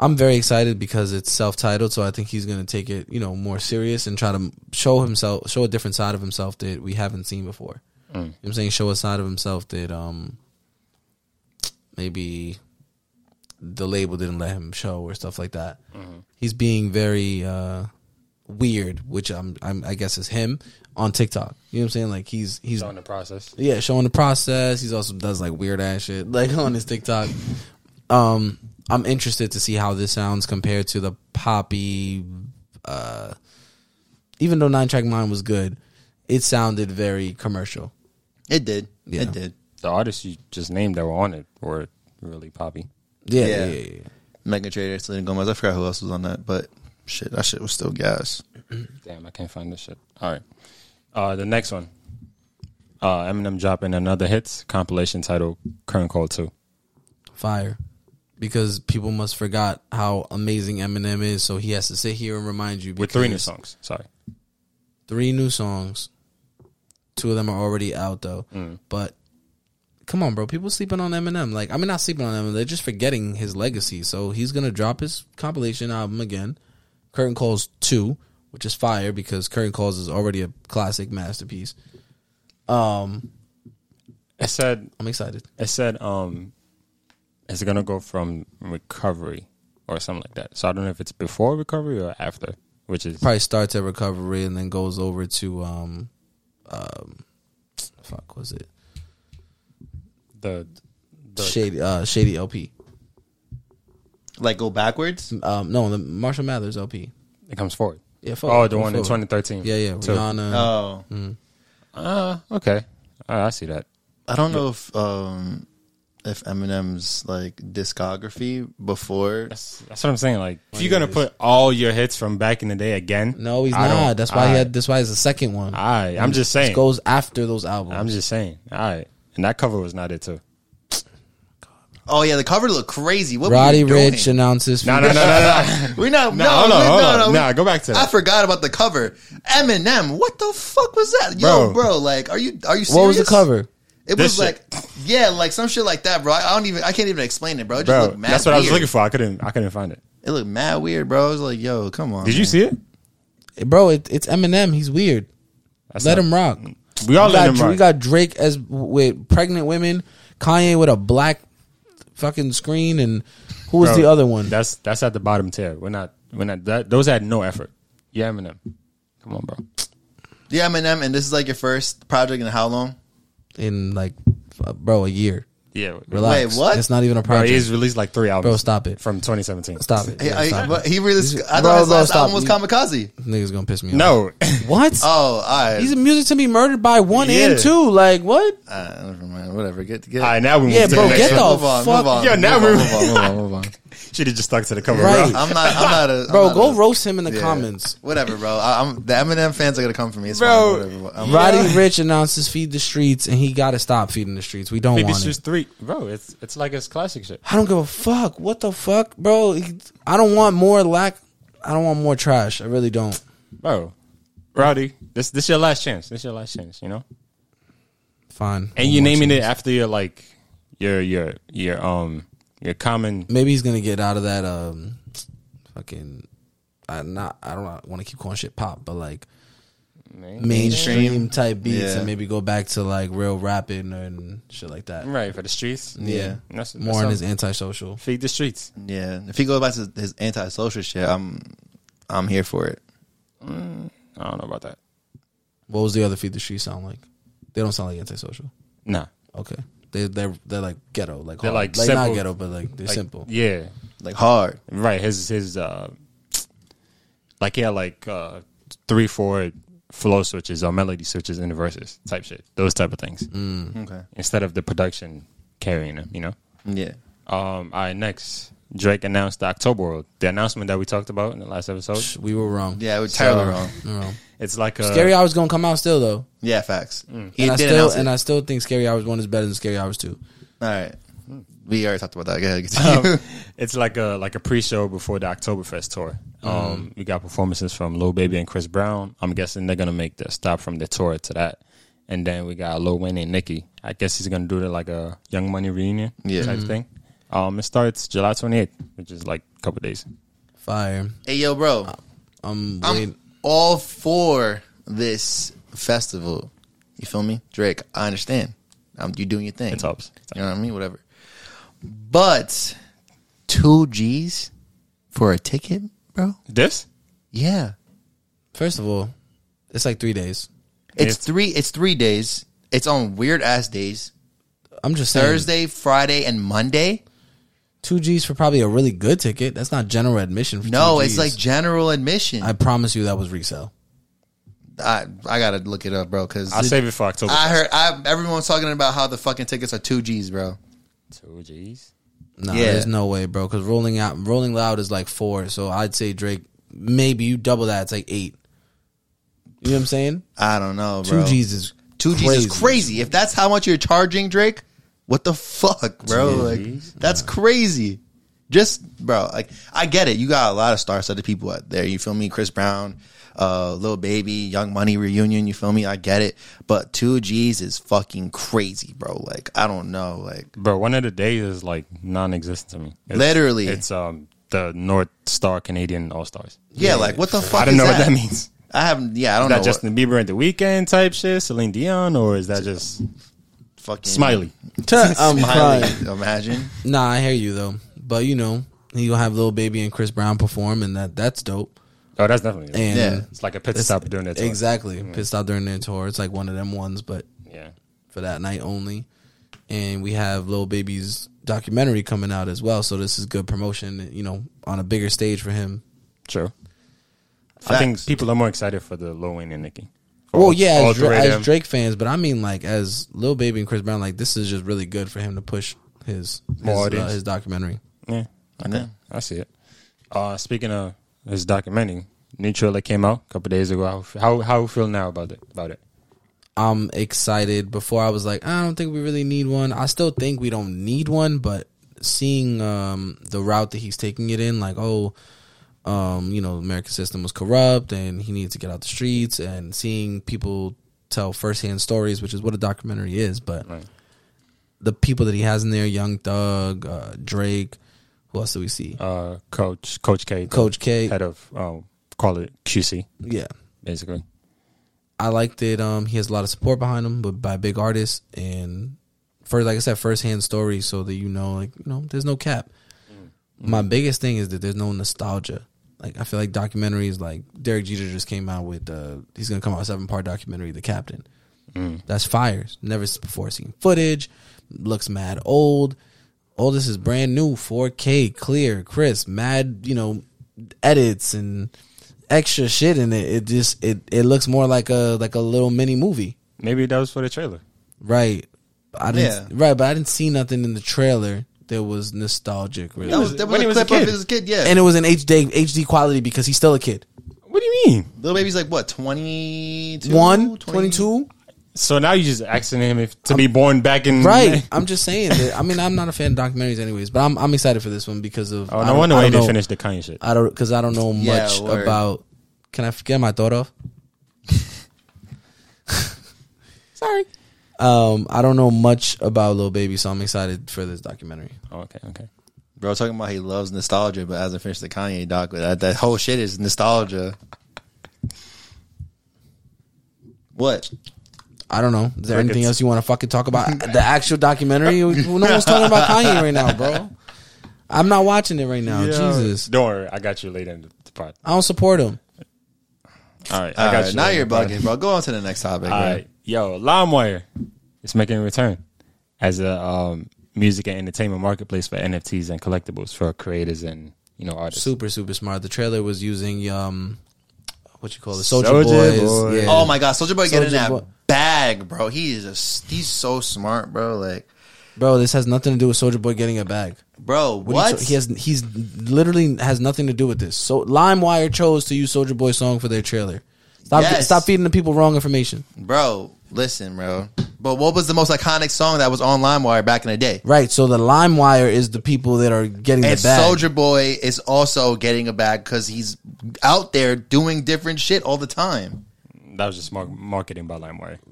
Speaker 3: I'm very excited because it's self-titled. So I think he's going to take it, you know, more serious and try to show himself, show a different side of himself that we haven't seen before. You know what I'm saying show a side of himself that um maybe the label didn't let him show or stuff like that. He's being very uh weird, which I'm, I'm I guess is him on TikTok. You know what I'm saying? Like he's he's
Speaker 4: on the process.
Speaker 3: yeah, showing the process. He's also does like weird ass shit like on his TikTok. Um, I'm interested to see how this sounds compared to the poppy. Uh, even though Nine Track Mind was good, it sounded very commercial.
Speaker 2: It did.
Speaker 3: Yeah.
Speaker 2: It did.
Speaker 4: The artists you just named that were on it were really poppy.
Speaker 3: Yeah,
Speaker 2: Yeah.
Speaker 3: yeah, yeah, yeah.
Speaker 2: Megan Trader, Selena Gomez. I forgot who else was on that, but shit, that shit was still gas.
Speaker 4: Damn, I can't find this shit. All right. Uh, the next one. Uh, Eminem dropping another hits compilation titled Current Cold 2.
Speaker 3: Fire. Because people must forgot how amazing Eminem is, so he has to sit here and remind you.
Speaker 4: With three new
Speaker 3: because
Speaker 4: songs. Sorry.
Speaker 3: Three new songs. Two of them are already out though. But come on, bro. People sleeping on Eminem. Like I mean, not sleeping on Eminem. They're just forgetting his legacy. So he's gonna drop his compilation album again. Curtain Calls Two, which is fire because Curtain Calls is already a classic masterpiece. Um,
Speaker 4: It said
Speaker 3: I'm excited.
Speaker 4: it said um it's gonna go from recovery or something like that. So I don't know if it's before recovery or after, which is
Speaker 3: Probably starts at recovery and then goes over to um, um, fuck was it
Speaker 4: the the
Speaker 3: shady uh shady LP.
Speaker 2: Like go backwards.
Speaker 3: Um, no, the Marshall Mathers LP.
Speaker 4: it comes forward.
Speaker 3: Yeah, fuck,
Speaker 4: Oh, the
Speaker 3: I'm
Speaker 4: one in
Speaker 3: forward.
Speaker 4: 2013.
Speaker 3: Yeah, yeah,
Speaker 4: So-
Speaker 3: Rihanna.
Speaker 2: Oh,
Speaker 3: Mm-hmm.
Speaker 4: Uh, okay. Uh, I see that.
Speaker 2: I don't know if um if Eminem's like discography before.
Speaker 4: That's, that's what I'm saying. Like, if you're gonna put all your hits from back in the day again,
Speaker 3: No, he's
Speaker 4: I don't-
Speaker 3: not. That's why he
Speaker 4: I-
Speaker 3: had. That's why he's the second one.
Speaker 4: I, I'm just saying.
Speaker 3: This goes after those albums.
Speaker 4: I'm just saying. All right, and that cover was not it too.
Speaker 2: Oh yeah, the cover looked crazy. What
Speaker 3: Roddy
Speaker 2: were you
Speaker 3: Rich
Speaker 2: doing?
Speaker 3: announces.
Speaker 4: No, no, no, no, no.
Speaker 2: We're not.
Speaker 4: Nah,
Speaker 2: no,
Speaker 4: hold on,
Speaker 2: we-
Speaker 4: hold
Speaker 2: no,
Speaker 4: on.
Speaker 2: no, we-
Speaker 4: Nah, go back to
Speaker 2: I
Speaker 4: that.
Speaker 2: forgot about the cover. Eminem. What the fuck was that, yo,
Speaker 4: Bro.
Speaker 2: bro? Like, are you are you? Serious?
Speaker 3: What was the cover?
Speaker 2: It
Speaker 4: This
Speaker 2: was like,
Speaker 4: shit.
Speaker 2: yeah, like some shit like that, bro. I I don't even. I can't even explain it, bro. It just
Speaker 4: bro.
Speaker 2: looked mad
Speaker 4: That's what I was
Speaker 2: weird.
Speaker 4: looking for. I couldn't. I couldn't find it.
Speaker 2: It looked mad weird, bro. I was like, yo, come on.
Speaker 4: Did you
Speaker 2: man.
Speaker 4: see it?
Speaker 3: Bro, it, it's Eminem. He's weird.
Speaker 4: That's
Speaker 3: let
Speaker 4: not-
Speaker 3: him rock.
Speaker 4: We all
Speaker 3: We
Speaker 4: let
Speaker 3: got,
Speaker 4: him rock.
Speaker 3: we got Drake as with pregnant women, Kanye with a black fucking screen, and who was
Speaker 4: Bro,
Speaker 3: the other one?
Speaker 4: That's that's at the bottom tier. We're not. We're not. That, those had no effort. Yeah, Eminem. Come on, bro.
Speaker 2: Yeah, Eminem, and this is like your first project in how long?
Speaker 3: In like, uh, bro, a year.
Speaker 4: Yeah,
Speaker 3: Relax.
Speaker 2: Wait, what?
Speaker 3: It's not even a
Speaker 4: Bro,
Speaker 3: project.
Speaker 4: he's released like three albums.
Speaker 3: Bro, stop it.
Speaker 4: From 2017.
Speaker 3: stop it.
Speaker 2: He,
Speaker 3: Yeah,
Speaker 2: I,
Speaker 3: stop
Speaker 2: but
Speaker 3: it.
Speaker 2: he really.
Speaker 3: This-
Speaker 2: I thought
Speaker 3: bro,
Speaker 2: his
Speaker 3: bro,
Speaker 2: last
Speaker 3: stop.
Speaker 2: album was
Speaker 3: You-
Speaker 2: Kamikaze.
Speaker 3: Niggas gonna piss me off.
Speaker 4: No.
Speaker 3: What?
Speaker 2: Oh, all right.
Speaker 3: He's a music to be murdered by one
Speaker 4: Yeah.
Speaker 3: and two. Like what?
Speaker 2: Uh, never mind. Whatever. Get get.
Speaker 4: all right, now we move
Speaker 3: Yeah,
Speaker 4: to
Speaker 3: bro,
Speaker 4: the
Speaker 3: get
Speaker 4: next one.
Speaker 3: the
Speaker 2: move on,
Speaker 3: fuck-
Speaker 2: Move on.
Speaker 4: Yo, now
Speaker 2: move on,
Speaker 4: we're-
Speaker 2: move on. Move on. Move on.
Speaker 4: Should have just stuck to the cover,
Speaker 3: Right.
Speaker 4: bro.
Speaker 2: I'm not. I'm not a. I'm
Speaker 3: Bro,
Speaker 2: not
Speaker 3: go
Speaker 2: a-
Speaker 3: roast him in the
Speaker 2: yeah.
Speaker 3: comments.
Speaker 2: Whatever, bro. I, I'm the Eminem fans are gonna come for me. It's
Speaker 4: Bro,
Speaker 2: fine, whatever. I'm-
Speaker 3: Roddy Rich announces feed the streets, and he got to stop feeding the streets. We don't
Speaker 4: Maybe
Speaker 3: want
Speaker 4: it's
Speaker 3: it.
Speaker 4: just three, bro. It's it's like it's classic shit.
Speaker 3: I don't give a fuck. What the fuck, bro? I don't want more lack. I don't want more trash. I really don't.
Speaker 4: bro. Rowdy, this this your last chance. This your last chance, you know.
Speaker 3: Fine.
Speaker 4: And you naming it after your like your your your um your common.
Speaker 3: Maybe he's gonna get out of that. Um, fucking. I not. I don't want to keep calling shit pop, but like mainstream, type beats,
Speaker 2: Yeah.
Speaker 3: and maybe go back to like real rapping and shit like that.
Speaker 4: Right for the streets.
Speaker 3: Yeah.
Speaker 4: That's, that's
Speaker 3: More on his
Speaker 4: something.
Speaker 3: antisocial.
Speaker 4: feed the streets.
Speaker 2: Yeah, if he goes back to his antisocial shit, I'm, I'm here for it.
Speaker 4: I don't know about that.
Speaker 3: What was the other feed the street sound like? They don't sound like antisocial.
Speaker 4: Nah,
Speaker 3: Okay. They they're they're like ghetto, like
Speaker 4: They're,
Speaker 3: hard.
Speaker 4: like,
Speaker 3: like
Speaker 4: simple.
Speaker 3: not ghetto, but like they're
Speaker 4: Like,
Speaker 3: simple.
Speaker 4: Yeah,
Speaker 2: Like hard.
Speaker 4: right. His his uh, like he had like uh three four flow switches or melody switches in the verses type shit. Those type of things
Speaker 3: Mm.
Speaker 2: Okay.
Speaker 4: instead of the production carrying them. You know.
Speaker 2: Yeah.
Speaker 4: Um, all right, next. Drake announced the October World. The announcement that we talked about in the last episode.
Speaker 3: Psh, We were wrong.
Speaker 2: Yeah, we're terribly
Speaker 4: So-
Speaker 2: wrong.
Speaker 3: We were wrong.
Speaker 4: It's like a
Speaker 3: Scary Hours gonna come out still though.
Speaker 2: Yeah, facts.
Speaker 4: Mm.
Speaker 2: He
Speaker 3: and I
Speaker 2: did
Speaker 3: still
Speaker 2: announce it.
Speaker 3: and I still think Scary Hours One is better than Scary Hours Two.
Speaker 2: All right. We already talked about that. Go ahead.
Speaker 4: um,
Speaker 2: continue.
Speaker 4: it's like a like a pre-show before the Oktoberfest tour. Um,
Speaker 2: Mm.
Speaker 4: we got performances from Lil Baby and Chris Brown. I'm guessing they're gonna make the stop from the tour to that, and then we got Lil Wayne and Nicki. I guess he's gonna do it like a Young Money reunion
Speaker 2: Yeah. Mm.
Speaker 4: type thing. Um, it starts July 28th, which is like a couple days.
Speaker 3: Fire.
Speaker 2: hey, yo, bro.
Speaker 3: I'm,
Speaker 2: I'm
Speaker 3: waiting.
Speaker 2: all for this festival. You feel me, Drake? I understand. Um, you doing your thing.
Speaker 4: It helps.
Speaker 2: You know what I mean? Whatever. But two G's for a ticket, bro.
Speaker 4: This
Speaker 2: Yeah,
Speaker 3: First of all, it's like three days.
Speaker 2: it's,
Speaker 4: It's-
Speaker 2: three. It's three days. It's on weird ass days.
Speaker 3: I'm just saying
Speaker 2: Thursday, Friday, and Monday.
Speaker 3: two G's for probably a really good ticket. That's not general admission. For
Speaker 2: No,
Speaker 3: two
Speaker 2: it's
Speaker 3: Gs.
Speaker 2: like general admission.
Speaker 3: I
Speaker 2: I
Speaker 3: promise you that was resale.
Speaker 2: I, gotta look it up, bro. Because
Speaker 4: I'll
Speaker 2: I
Speaker 4: save it for October.
Speaker 2: heard I, everyone's talking about how the fucking tickets are two G's, bro.
Speaker 4: two G's.
Speaker 3: No, there's no way, bro. Because rolling out, rolling loud is like four. So I'd say Drake. Maybe you double that. It's like eight. You know what I'm saying?
Speaker 2: I don't know, bro.
Speaker 3: Two G's is
Speaker 2: Two G's
Speaker 3: crazy.
Speaker 2: is crazy. If that's how much you're charging, Drake, what the fuck, bro? like that's crazy. Just bro, like I get it. You got a lot of star-studded people out there. You feel me? Chris Brown, uh, Lil Baby, Young Money reunion. You feel me? I get it. But two G's is fucking crazy, bro. Like I don't know. Like
Speaker 4: Bro, one of the days is like non-existent to me. It's-
Speaker 2: Literally.
Speaker 4: it's um the North Star Canadian All Stars.
Speaker 2: yeah, like what the fuck?
Speaker 4: I don't
Speaker 2: is
Speaker 4: know what that means.
Speaker 2: I haven't. Yeah, I don't
Speaker 4: Is that
Speaker 2: know.
Speaker 4: Justin Bieber at the weekend type shit, Celine Dion, or is that just
Speaker 2: what fucking
Speaker 4: Smiley?
Speaker 3: I'm
Speaker 2: Smiley.
Speaker 3: crying.
Speaker 2: Imagine.
Speaker 3: um, Nah, I hear you though. But you know, he gonna have Lil Baby and Chris Brown perform, and that that's dope.
Speaker 4: Oh, that's definitely
Speaker 3: And
Speaker 2: Yeah.
Speaker 4: it's like a pit stop doing that.
Speaker 3: exactly
Speaker 4: Mm-hmm.
Speaker 3: pissed out during their tour. It's like one of them ones, but
Speaker 4: Yeah.
Speaker 3: for that night only. And we have Lil Baby's documentary coming out as well, so this is good promotion. You know, on a bigger stage for him.
Speaker 4: True. I
Speaker 2: Facts.
Speaker 4: think people are more excited for the Lil Wayne and Nicki. For
Speaker 3: Well,
Speaker 4: all-
Speaker 3: yeah,
Speaker 4: all
Speaker 3: as,
Speaker 4: three
Speaker 3: Dra-
Speaker 4: of
Speaker 3: as
Speaker 4: them.
Speaker 3: Drake fans, but I mean, like as Lil Baby and Chris Brown, like this is just really good for him to push his his,
Speaker 4: More
Speaker 3: uh,
Speaker 4: audience.
Speaker 3: his documentary.
Speaker 4: Yeah, okay. I see it. Uh, speaking of his documentary, new trailer came out a couple days ago. How how how you feel now about it? About it?
Speaker 3: I'm excited. Before I was like, I don't think we really need one. I still think we don't need one, but seeing um, the route that he's taking it in, like, oh, um, you know, the American system was corrupt and he needs to get out the streets, and seeing people tell firsthand stories, which is what a documentary is, but
Speaker 4: Right.
Speaker 3: the people that he has in there, Young Thug, uh, Drake, who else do we see?
Speaker 4: Uh, Coach Coach K, the
Speaker 3: Coach K.
Speaker 4: head of um, call it QC,
Speaker 3: Yeah.
Speaker 4: basically.
Speaker 3: I liked it. Um, he has a lot of support behind him, but by big artists and first, like I said, first hand stories, so that you know, like you know, there's no cap. My biggest thing is that there's no nostalgia. Like I feel like documentaries, like Derek Jeter just came out with, uh, he's gonna come out with a seven part documentary, The Captain. That's fires. Never s- before seen footage. Looks mad old. All this is brand new, 4K, clear, crisp, mad, you know, edits and extra shit in it. It just it it looks more like a like a little mini movie.
Speaker 4: Maybe that was for the trailer.
Speaker 3: Right. I didn't
Speaker 2: Yeah.
Speaker 3: right, but I didn't see nothing in the trailer that was nostalgic really.
Speaker 2: That was, that was
Speaker 4: when
Speaker 2: a
Speaker 4: he was a
Speaker 2: clip of
Speaker 4: kid.
Speaker 2: his kid. Yeah,
Speaker 3: and it was in HD HD quality because he's still a kid.
Speaker 4: What do you mean?
Speaker 2: Little baby's like what 22?
Speaker 3: One, 22?
Speaker 4: Mm-hmm. So now you just asking him if to be born back in
Speaker 3: Right. I'm just saying that I mean I'm not a fan of documentaries anyways, but I'm I'm excited for this one because of
Speaker 4: Oh,
Speaker 3: I
Speaker 4: no
Speaker 3: don't-
Speaker 4: wonder
Speaker 3: I
Speaker 4: why
Speaker 3: don't
Speaker 4: they
Speaker 3: know- Uh,
Speaker 4: finished the Kanye shit.
Speaker 3: I don't because I don't know
Speaker 2: Yeah,
Speaker 3: much
Speaker 2: word.
Speaker 3: about can I forget my thought of?
Speaker 4: Sorry.
Speaker 3: Um I don't know much about Lil Baby, so I'm excited for this documentary.
Speaker 4: Oh, okay, okay.
Speaker 2: Bro, talking about he loves nostalgia, but hasn't finished the Kanye doc. But that, that whole shit is nostalgia. What?
Speaker 3: I don't know. Is there
Speaker 4: Crickets.
Speaker 3: anything else you want to fucking talk about? The actual documentary? No one's talking about Kanye right now, bro. I'm not watching it right now. Oh, Jesus.
Speaker 4: Don't worry, I got you later in the part.
Speaker 3: I don't support him.
Speaker 4: All right, I
Speaker 2: All
Speaker 4: got
Speaker 2: right,
Speaker 4: you.
Speaker 2: now
Speaker 4: later
Speaker 2: you're
Speaker 4: in the part.
Speaker 2: bugging, bro. Go on to the next topic.
Speaker 4: All
Speaker 2: bro.
Speaker 4: right, yo, LimeWire is making a return as a um, music and entertainment marketplace for NFTs and collectibles for creators and you know artists.
Speaker 3: Super, super smart. The trailer was using um what you call it? Soldier
Speaker 4: Soulja
Speaker 3: Boys.
Speaker 4: Boy.
Speaker 3: Yeah.
Speaker 2: Oh my God, Soldier Boy getting
Speaker 3: Soulja
Speaker 2: that
Speaker 3: Boy.
Speaker 2: bag, bro. He is a s he's so smart, bro. Like,
Speaker 3: Bro, this has nothing to do with Soldier Boy getting a bag.
Speaker 2: bro,
Speaker 3: do you-
Speaker 2: what?
Speaker 3: he has he's literally has nothing to do with this. So LimeWire chose to use Soldier Boy's song for their trailer. Stop
Speaker 2: Yes.
Speaker 3: stop feeding the people wrong information.
Speaker 2: bro, listen, bro. But what was the most iconic song that was on LimeWire back in the day?
Speaker 3: Right. So the LimeWire is the people that are getting
Speaker 2: And
Speaker 3: the bag.
Speaker 2: Soldier Boy is also getting a bag because he's out there doing different shit all the time.
Speaker 4: That was just mar- marketing by LimeWire.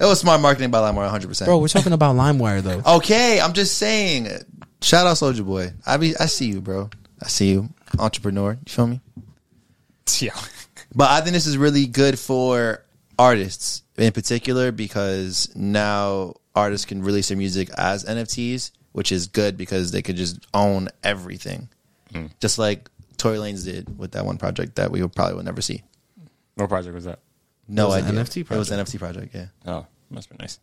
Speaker 2: It was smart marketing by LimeWire, 100%.
Speaker 3: Bro, we're talking about LimeWire though.
Speaker 2: Okay, I'm just saying. Shout out Soldier Boy. I be I see you, bro. I see you, entrepreneur. You feel me?
Speaker 4: Yeah,
Speaker 2: But I think this is really good for artists in particular because now artists can release their music as NFTs, which is good because they could just own everything,
Speaker 3: Hmm.
Speaker 2: just like Tory Lanez did with that one project that we will probably will never see.
Speaker 4: what project was that?
Speaker 2: No
Speaker 3: was an
Speaker 2: idea.
Speaker 3: NFT
Speaker 2: It was
Speaker 3: project.
Speaker 2: an NFT project. Yeah,
Speaker 4: Oh, must be nice.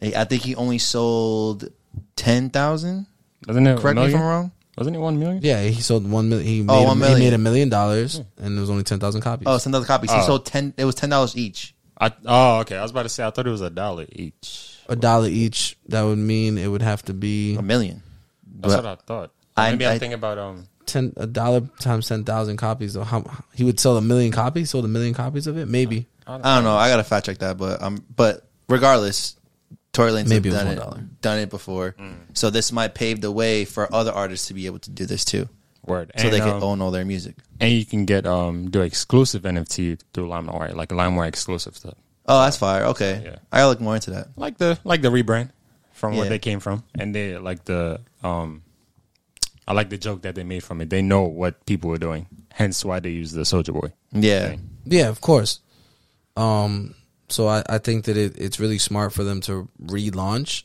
Speaker 2: I I think he only sold ten thousand.
Speaker 4: Doesn't it?
Speaker 2: Correct
Speaker 4: a
Speaker 2: me if I'm
Speaker 4: million?
Speaker 2: wrong.
Speaker 4: Wasn't it one million?
Speaker 3: Yeah, he sold one million. He,
Speaker 2: Oh,
Speaker 3: made,
Speaker 2: one
Speaker 3: a,
Speaker 2: million.
Speaker 3: he made a million dollars, and there was only ten thousand copies.
Speaker 2: Oh, it's another copy. So he
Speaker 4: Oh.
Speaker 2: sold ten. It was ten dollars each.
Speaker 4: I, oh, okay. I was about to say I thought it was a dollar each.
Speaker 3: a dollar each. That would mean it would have to be
Speaker 2: A million.
Speaker 4: That's what I thought.
Speaker 2: I-
Speaker 4: Maybe I,
Speaker 2: I-
Speaker 4: think about um.
Speaker 3: ten a dollar times ten thousand copies. Or how he would sell a million copies? Sold a million copies of it? Maybe.
Speaker 2: I don't know. I gotta fact check that, but um, but regardless, Tory Lanez maybe
Speaker 3: Maybe it was
Speaker 2: done
Speaker 3: $1.
Speaker 2: it, done it before, so this might pave the way for other artists to be able to do this too,
Speaker 4: Word.
Speaker 2: so
Speaker 4: and,
Speaker 2: they
Speaker 4: um,
Speaker 2: can own all their music.
Speaker 4: and you can get um do exclusive NFT through LimeWire, like LimeWire exclusive stuff,
Speaker 2: Oh, that's fire. Okay,
Speaker 4: Yeah.
Speaker 2: I gotta look more into that.
Speaker 4: like the like the rebrand from where
Speaker 2: Yeah.
Speaker 4: they came from, and they like the um. I like the joke that they made from it. They know what people were doing, hence why they use the Soldier Boy.
Speaker 2: Yeah,
Speaker 4: Okay.
Speaker 3: Yeah, of course. Um, so I, I think that it, it's really smart for them to relaunch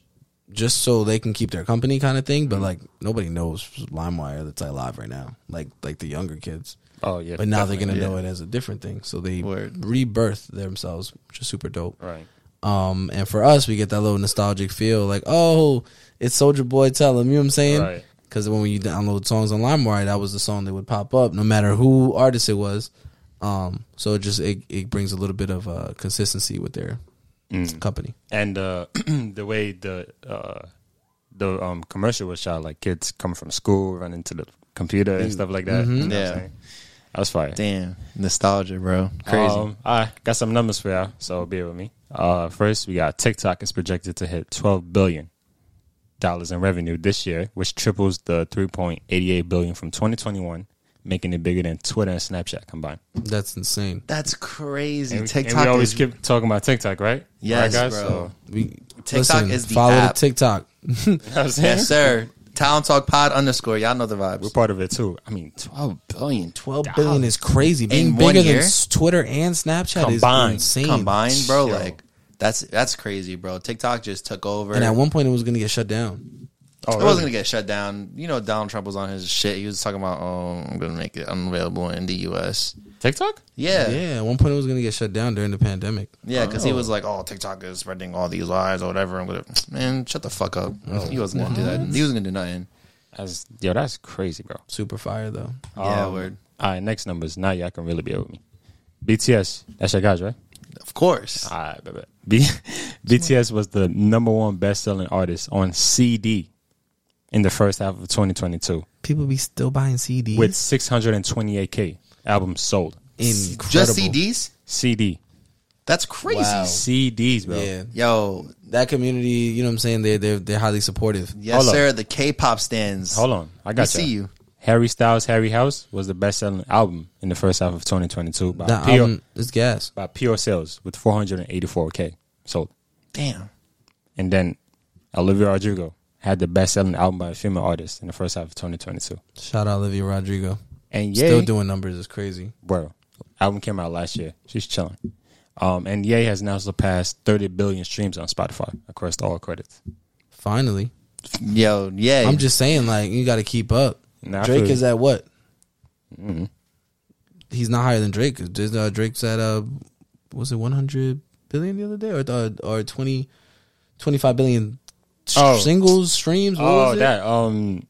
Speaker 3: just so they can keep their company kind of thing.
Speaker 2: Mm-hmm.
Speaker 3: But like nobody knows LimeWire that's like live right now. Like like the younger kids.
Speaker 4: Oh yeah,
Speaker 3: But now they're gonna
Speaker 2: yeah.
Speaker 3: know it as a different thing. So they
Speaker 2: Word.
Speaker 3: rebirth themselves, which is super dope.
Speaker 4: right.
Speaker 3: Um, and for us, we get that little nostalgic feel, like oh, it's Soldier Boy. Tell him, you know what I'm saying?
Speaker 4: Right.
Speaker 3: Because when you download songs on LimeWire, that was the song that would pop up, no matter who artist it was. Um, so it just it, it brings a little bit of uh, consistency with their company.
Speaker 4: and uh, the way the uh, the um, commercial was shot, like kids come from school, run into the computer and stuff like that. You know what I'm
Speaker 2: Mm-hmm. Yeah.
Speaker 4: saying? that was fire.
Speaker 2: damn nostalgia, bro. Crazy.
Speaker 4: Um, I got some numbers for y'all, so bear with me. Uh, first, we got TikTok is projected to hit twelve billion dollars in revenue this year, which triples the three point eighty eight billion from twenty twenty one, making it bigger than Twitter and Snapchat combined.
Speaker 3: That's insane.
Speaker 2: that's crazy.
Speaker 4: And, we- and
Speaker 2: TikTok
Speaker 4: we always
Speaker 2: is
Speaker 4: keep talking about TikTok, right?
Speaker 2: Yes,
Speaker 4: Right,
Speaker 2: bro.
Speaker 4: So,
Speaker 3: We TikTok
Speaker 2: is the
Speaker 3: follow
Speaker 2: app.
Speaker 3: the TikTok.
Speaker 4: you know what I'm saying?
Speaker 2: yes, sir. Talent Talk Pod underscore. Y'all know the
Speaker 4: We're
Speaker 2: vibes.
Speaker 4: part of it too. I mean, twelve billion,
Speaker 3: Twelve billion is crazy. Being
Speaker 2: one
Speaker 3: bigger than
Speaker 2: year?
Speaker 3: s- Twitter and Snapchat
Speaker 4: Combined.
Speaker 3: is insane.
Speaker 2: Combined, bro.
Speaker 4: Yo.
Speaker 2: Like that's that's crazy, bro. TikTok just took over.
Speaker 3: And at one point, it was gonna get shut down.
Speaker 4: Oh,
Speaker 2: it wasn't gonna get shut down. You know, Donald Trump was on his shit. He was talking about, oh, I'm gonna make it unavailable in the U.S.
Speaker 4: TikTok?
Speaker 2: Yeah, yeah,
Speaker 3: Yeah, at one point, it was gonna get shut down during the pandemic.
Speaker 2: because he was like, oh, TikTok is spreading all these lies or whatever. I'm gonna, man, shut the fuck up. he wasn't gonna do that. He wasn't gonna do nothing.
Speaker 4: That's yo, that's crazy, bro. Um,
Speaker 3: Super fire though.
Speaker 2: Yeah,
Speaker 4: Oh.
Speaker 2: word.
Speaker 4: All right, next numbers. Now y'all can really be with me. BTS, that's your guys, right?
Speaker 2: Of course.
Speaker 4: All right, baby. B- BTS was the number one best-selling artist on CD in the first half of 2022
Speaker 3: people be still buying CDs.
Speaker 4: with 628k albums sold.
Speaker 3: incredible.
Speaker 2: Just CDs?
Speaker 4: CD,
Speaker 2: That's crazy.
Speaker 3: Wow.
Speaker 4: CDs, bro.
Speaker 3: Yeah,
Speaker 2: Yo,
Speaker 3: that community. You know what I'm saying? They they're they're highly supportive.
Speaker 2: yes,
Speaker 4: Hold up.
Speaker 2: sir. The K-pop stands.
Speaker 4: Hold on, I got
Speaker 2: We see you.
Speaker 4: Harry Styles, Harry House was the best-selling album in the first half of 2022 by
Speaker 3: That
Speaker 4: pure
Speaker 3: album is gas.
Speaker 4: by pure sales with 484k sold.
Speaker 2: Damn.
Speaker 4: And then Olivia Rodrigo had the best selling album by a female artist in the first half of 2022.
Speaker 3: Shout out Olivia Rodrigo.
Speaker 4: And yeah,
Speaker 3: Still doing numbers is crazy.
Speaker 4: bro, album came out last year. She's chilling. Um, and Ye has now surpassed 30 billion streams on Spotify across all credits.
Speaker 3: Finally,
Speaker 2: Yo, yeah.
Speaker 3: I'm just saying, like you got to keep up.
Speaker 4: Nah, I
Speaker 3: Drake
Speaker 4: feel
Speaker 3: is
Speaker 4: you. Mm-hmm.
Speaker 3: at what? He's not higher than Drake. 'cause there's, Uh, Drake's at uh, was it 100 billion the other day, or uh, or, or 20, 25 billion s-
Speaker 4: Oh.
Speaker 3: singles streams? What
Speaker 4: oh,
Speaker 3: was it?
Speaker 4: that um,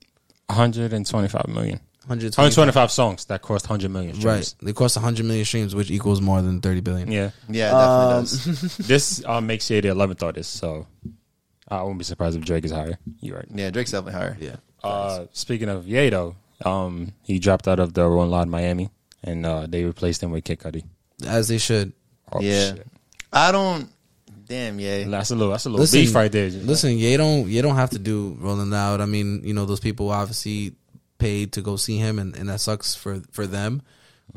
Speaker 4: 125 million.
Speaker 3: 125.
Speaker 4: 125 songs that cost 100 million
Speaker 3: Right.
Speaker 4: streams.
Speaker 3: They cost 100 million streams, which equals more than 30 billion.
Speaker 4: Yeah.
Speaker 2: yeah, it definitely does.
Speaker 4: this uh, makes Ye the 11th artist, so I wouldn't be surprised if Drake is higher. You're right.
Speaker 2: Yeah, Drake's definitely higher.
Speaker 3: Yeah.
Speaker 4: Uh, speaking of Ye though, um, he dropped out of the Rolling Loud Miami, and uh, they replaced him with Kid Cudi.
Speaker 3: As they should.
Speaker 4: Oh,
Speaker 2: yeah.
Speaker 4: shit.
Speaker 2: I don't. Damn, yeah.
Speaker 4: that's a little that's a little
Speaker 3: Listen,
Speaker 4: beef right there. Just-
Speaker 3: Listen, you don't you don't have to do Rolling Loud. I mean, you know, those people obviously paid to go see him and, and that sucks for for them.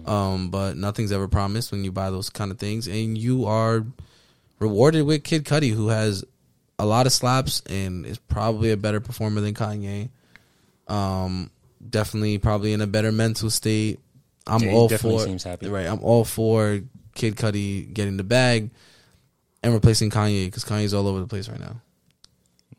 Speaker 4: Mm.
Speaker 3: Um, but nothing's ever promised when you buy those kind of things and you are rewarded with Kid Cudi who has a lot of slaps and is probably a better performer than Kanye. Um, definitely probably in a better mental state. I'm
Speaker 4: Yeah, he
Speaker 3: all
Speaker 4: definitely
Speaker 3: for
Speaker 4: seems happy.
Speaker 3: right. I'm all for Kid Cudi getting the bag and replacing Kanye because Kanye's all over the place right now.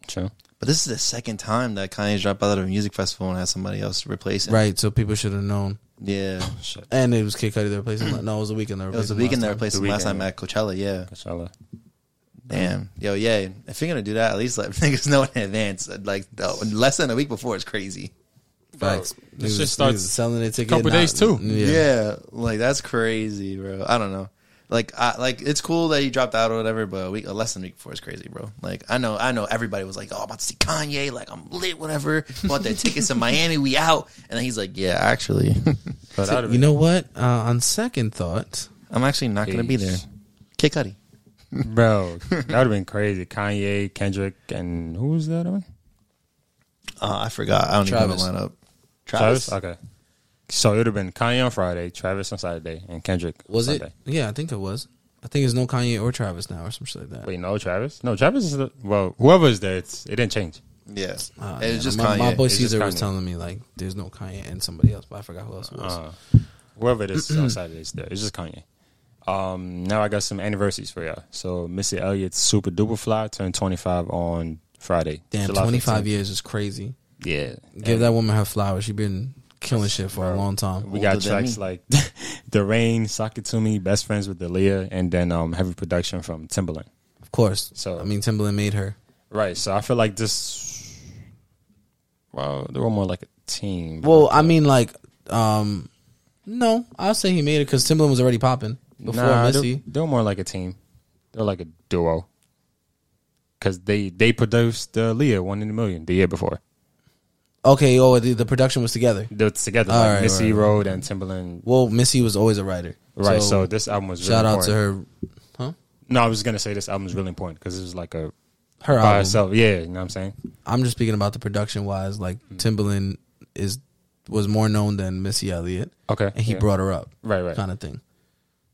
Speaker 4: True.
Speaker 2: But this is the second time that Kanye's dropped out of a music festival and had somebody else replace him.
Speaker 3: Right, so people should have known.
Speaker 2: Yeah.
Speaker 4: Shit.
Speaker 3: And it was Kid Cudi they replaced
Speaker 4: Mm.
Speaker 3: him. No, it was the weekend they
Speaker 2: It
Speaker 3: replaced
Speaker 2: was the
Speaker 3: him
Speaker 2: weekend
Speaker 3: last
Speaker 2: they
Speaker 3: time.
Speaker 2: replaced
Speaker 4: The
Speaker 2: him last
Speaker 4: weekend,
Speaker 2: time at Coachella. Yeah.
Speaker 4: Inshallah.
Speaker 2: Damn. Yo, yeah. If you're gonna do that, at least let niggas know in advance. Like the, less than a week before is crazy.
Speaker 3: Facts.
Speaker 4: This
Speaker 3: Niggas-
Speaker 4: shit
Speaker 3: niggas
Speaker 4: starts
Speaker 3: selling a ticket.
Speaker 4: couple
Speaker 3: not-
Speaker 4: days, too.
Speaker 3: Yeah.
Speaker 2: Yeah. Like that's crazy, bro. I don't know. Like, I, like it's cool that he dropped out or whatever, but a week, less than a week before is crazy, bro. Like, I know, I know everybody was like, "Oh, I'm about to see Kanye," like I'm lit, whatever. Bought their tickets to Miami, we out. And then he's like, "Yeah, actually,
Speaker 4: But
Speaker 3: So,
Speaker 4: I'd have
Speaker 3: you
Speaker 4: been-
Speaker 3: know what? Uh, on second thought,
Speaker 2: I'm actually not gonna be there."
Speaker 4: Peace.
Speaker 2: Kid Cudi.
Speaker 4: bro, that would have been crazy. Kanye, Kendrick, and who was the other one?
Speaker 2: Uh, I forgot. I don't
Speaker 3: Travis.
Speaker 2: even have a lineup.
Speaker 4: Okay. So it would have been Kanye on Friday, Travis on Saturday, and Kendrick. on
Speaker 3: was
Speaker 4: Sunday.
Speaker 3: it? Yeah, I think it was. I think it's no Kanye or Travis now or something like that.
Speaker 4: Wait, no, Travis. No, Travis is the well. Whoever is there, it's, it didn't change.
Speaker 2: Yeah,
Speaker 3: Uh,
Speaker 2: it
Speaker 3: yeah,
Speaker 2: was just
Speaker 3: my,
Speaker 2: Kanye.
Speaker 3: my boy
Speaker 4: It's just
Speaker 3: Caesar was
Speaker 4: Kanye.
Speaker 3: telling me like there's no Kanye and somebody else, but I forgot who else it was.
Speaker 4: Uh, whoever it is on Saturday is there. It's just Kanye. Um, now I got some anniversaries for y'all. So Missy Elliott's Super Duper Fly turned 25 on Friday.
Speaker 3: Damn,
Speaker 4: July
Speaker 3: 25
Speaker 4: 15th.
Speaker 3: years is crazy.
Speaker 4: Yeah.
Speaker 3: Give that woman her flowers. She been killing shit for a long time.
Speaker 4: We
Speaker 2: Older
Speaker 4: got
Speaker 2: than
Speaker 4: tracks
Speaker 2: me.
Speaker 4: like The Rain, Sakatumi, Best Friends with Dalia, and then um, heavy production from Timbaland.
Speaker 3: Of course. So
Speaker 4: So-
Speaker 3: I mean, Timbaland made her.
Speaker 4: Right. So I feel like this. Well, they were more like a team.
Speaker 3: Well, I mean, like, um, no, I'll say he made it because Timbaland was already popping before
Speaker 4: Nah,
Speaker 3: Missy.
Speaker 4: They're, they're more like a team. They're like a duo. Cause they they produced uh, Leah One in a Million the year before.
Speaker 3: Okay, oh, the, the production was together.
Speaker 4: They're together,
Speaker 3: All
Speaker 4: like
Speaker 3: right,
Speaker 4: Missy
Speaker 3: right, right.
Speaker 4: Road and Timbaland.
Speaker 3: Well, Missy was always a writer,
Speaker 4: Right. So, this album was really
Speaker 3: shout out to
Speaker 4: important.
Speaker 3: her, huh?
Speaker 4: No, I was gonna say this album is really important because it was like a
Speaker 3: Her
Speaker 4: by
Speaker 3: album.
Speaker 4: herself. Yeah, you know what I'm saying.
Speaker 3: I'm just speaking about the production wise. Like
Speaker 4: Mm-hmm.
Speaker 3: Timbaland is was more known than Missy Elliott,
Speaker 4: Okay.
Speaker 3: and he
Speaker 4: yeah.
Speaker 3: brought her up,
Speaker 4: Right, right.
Speaker 3: kind of thing.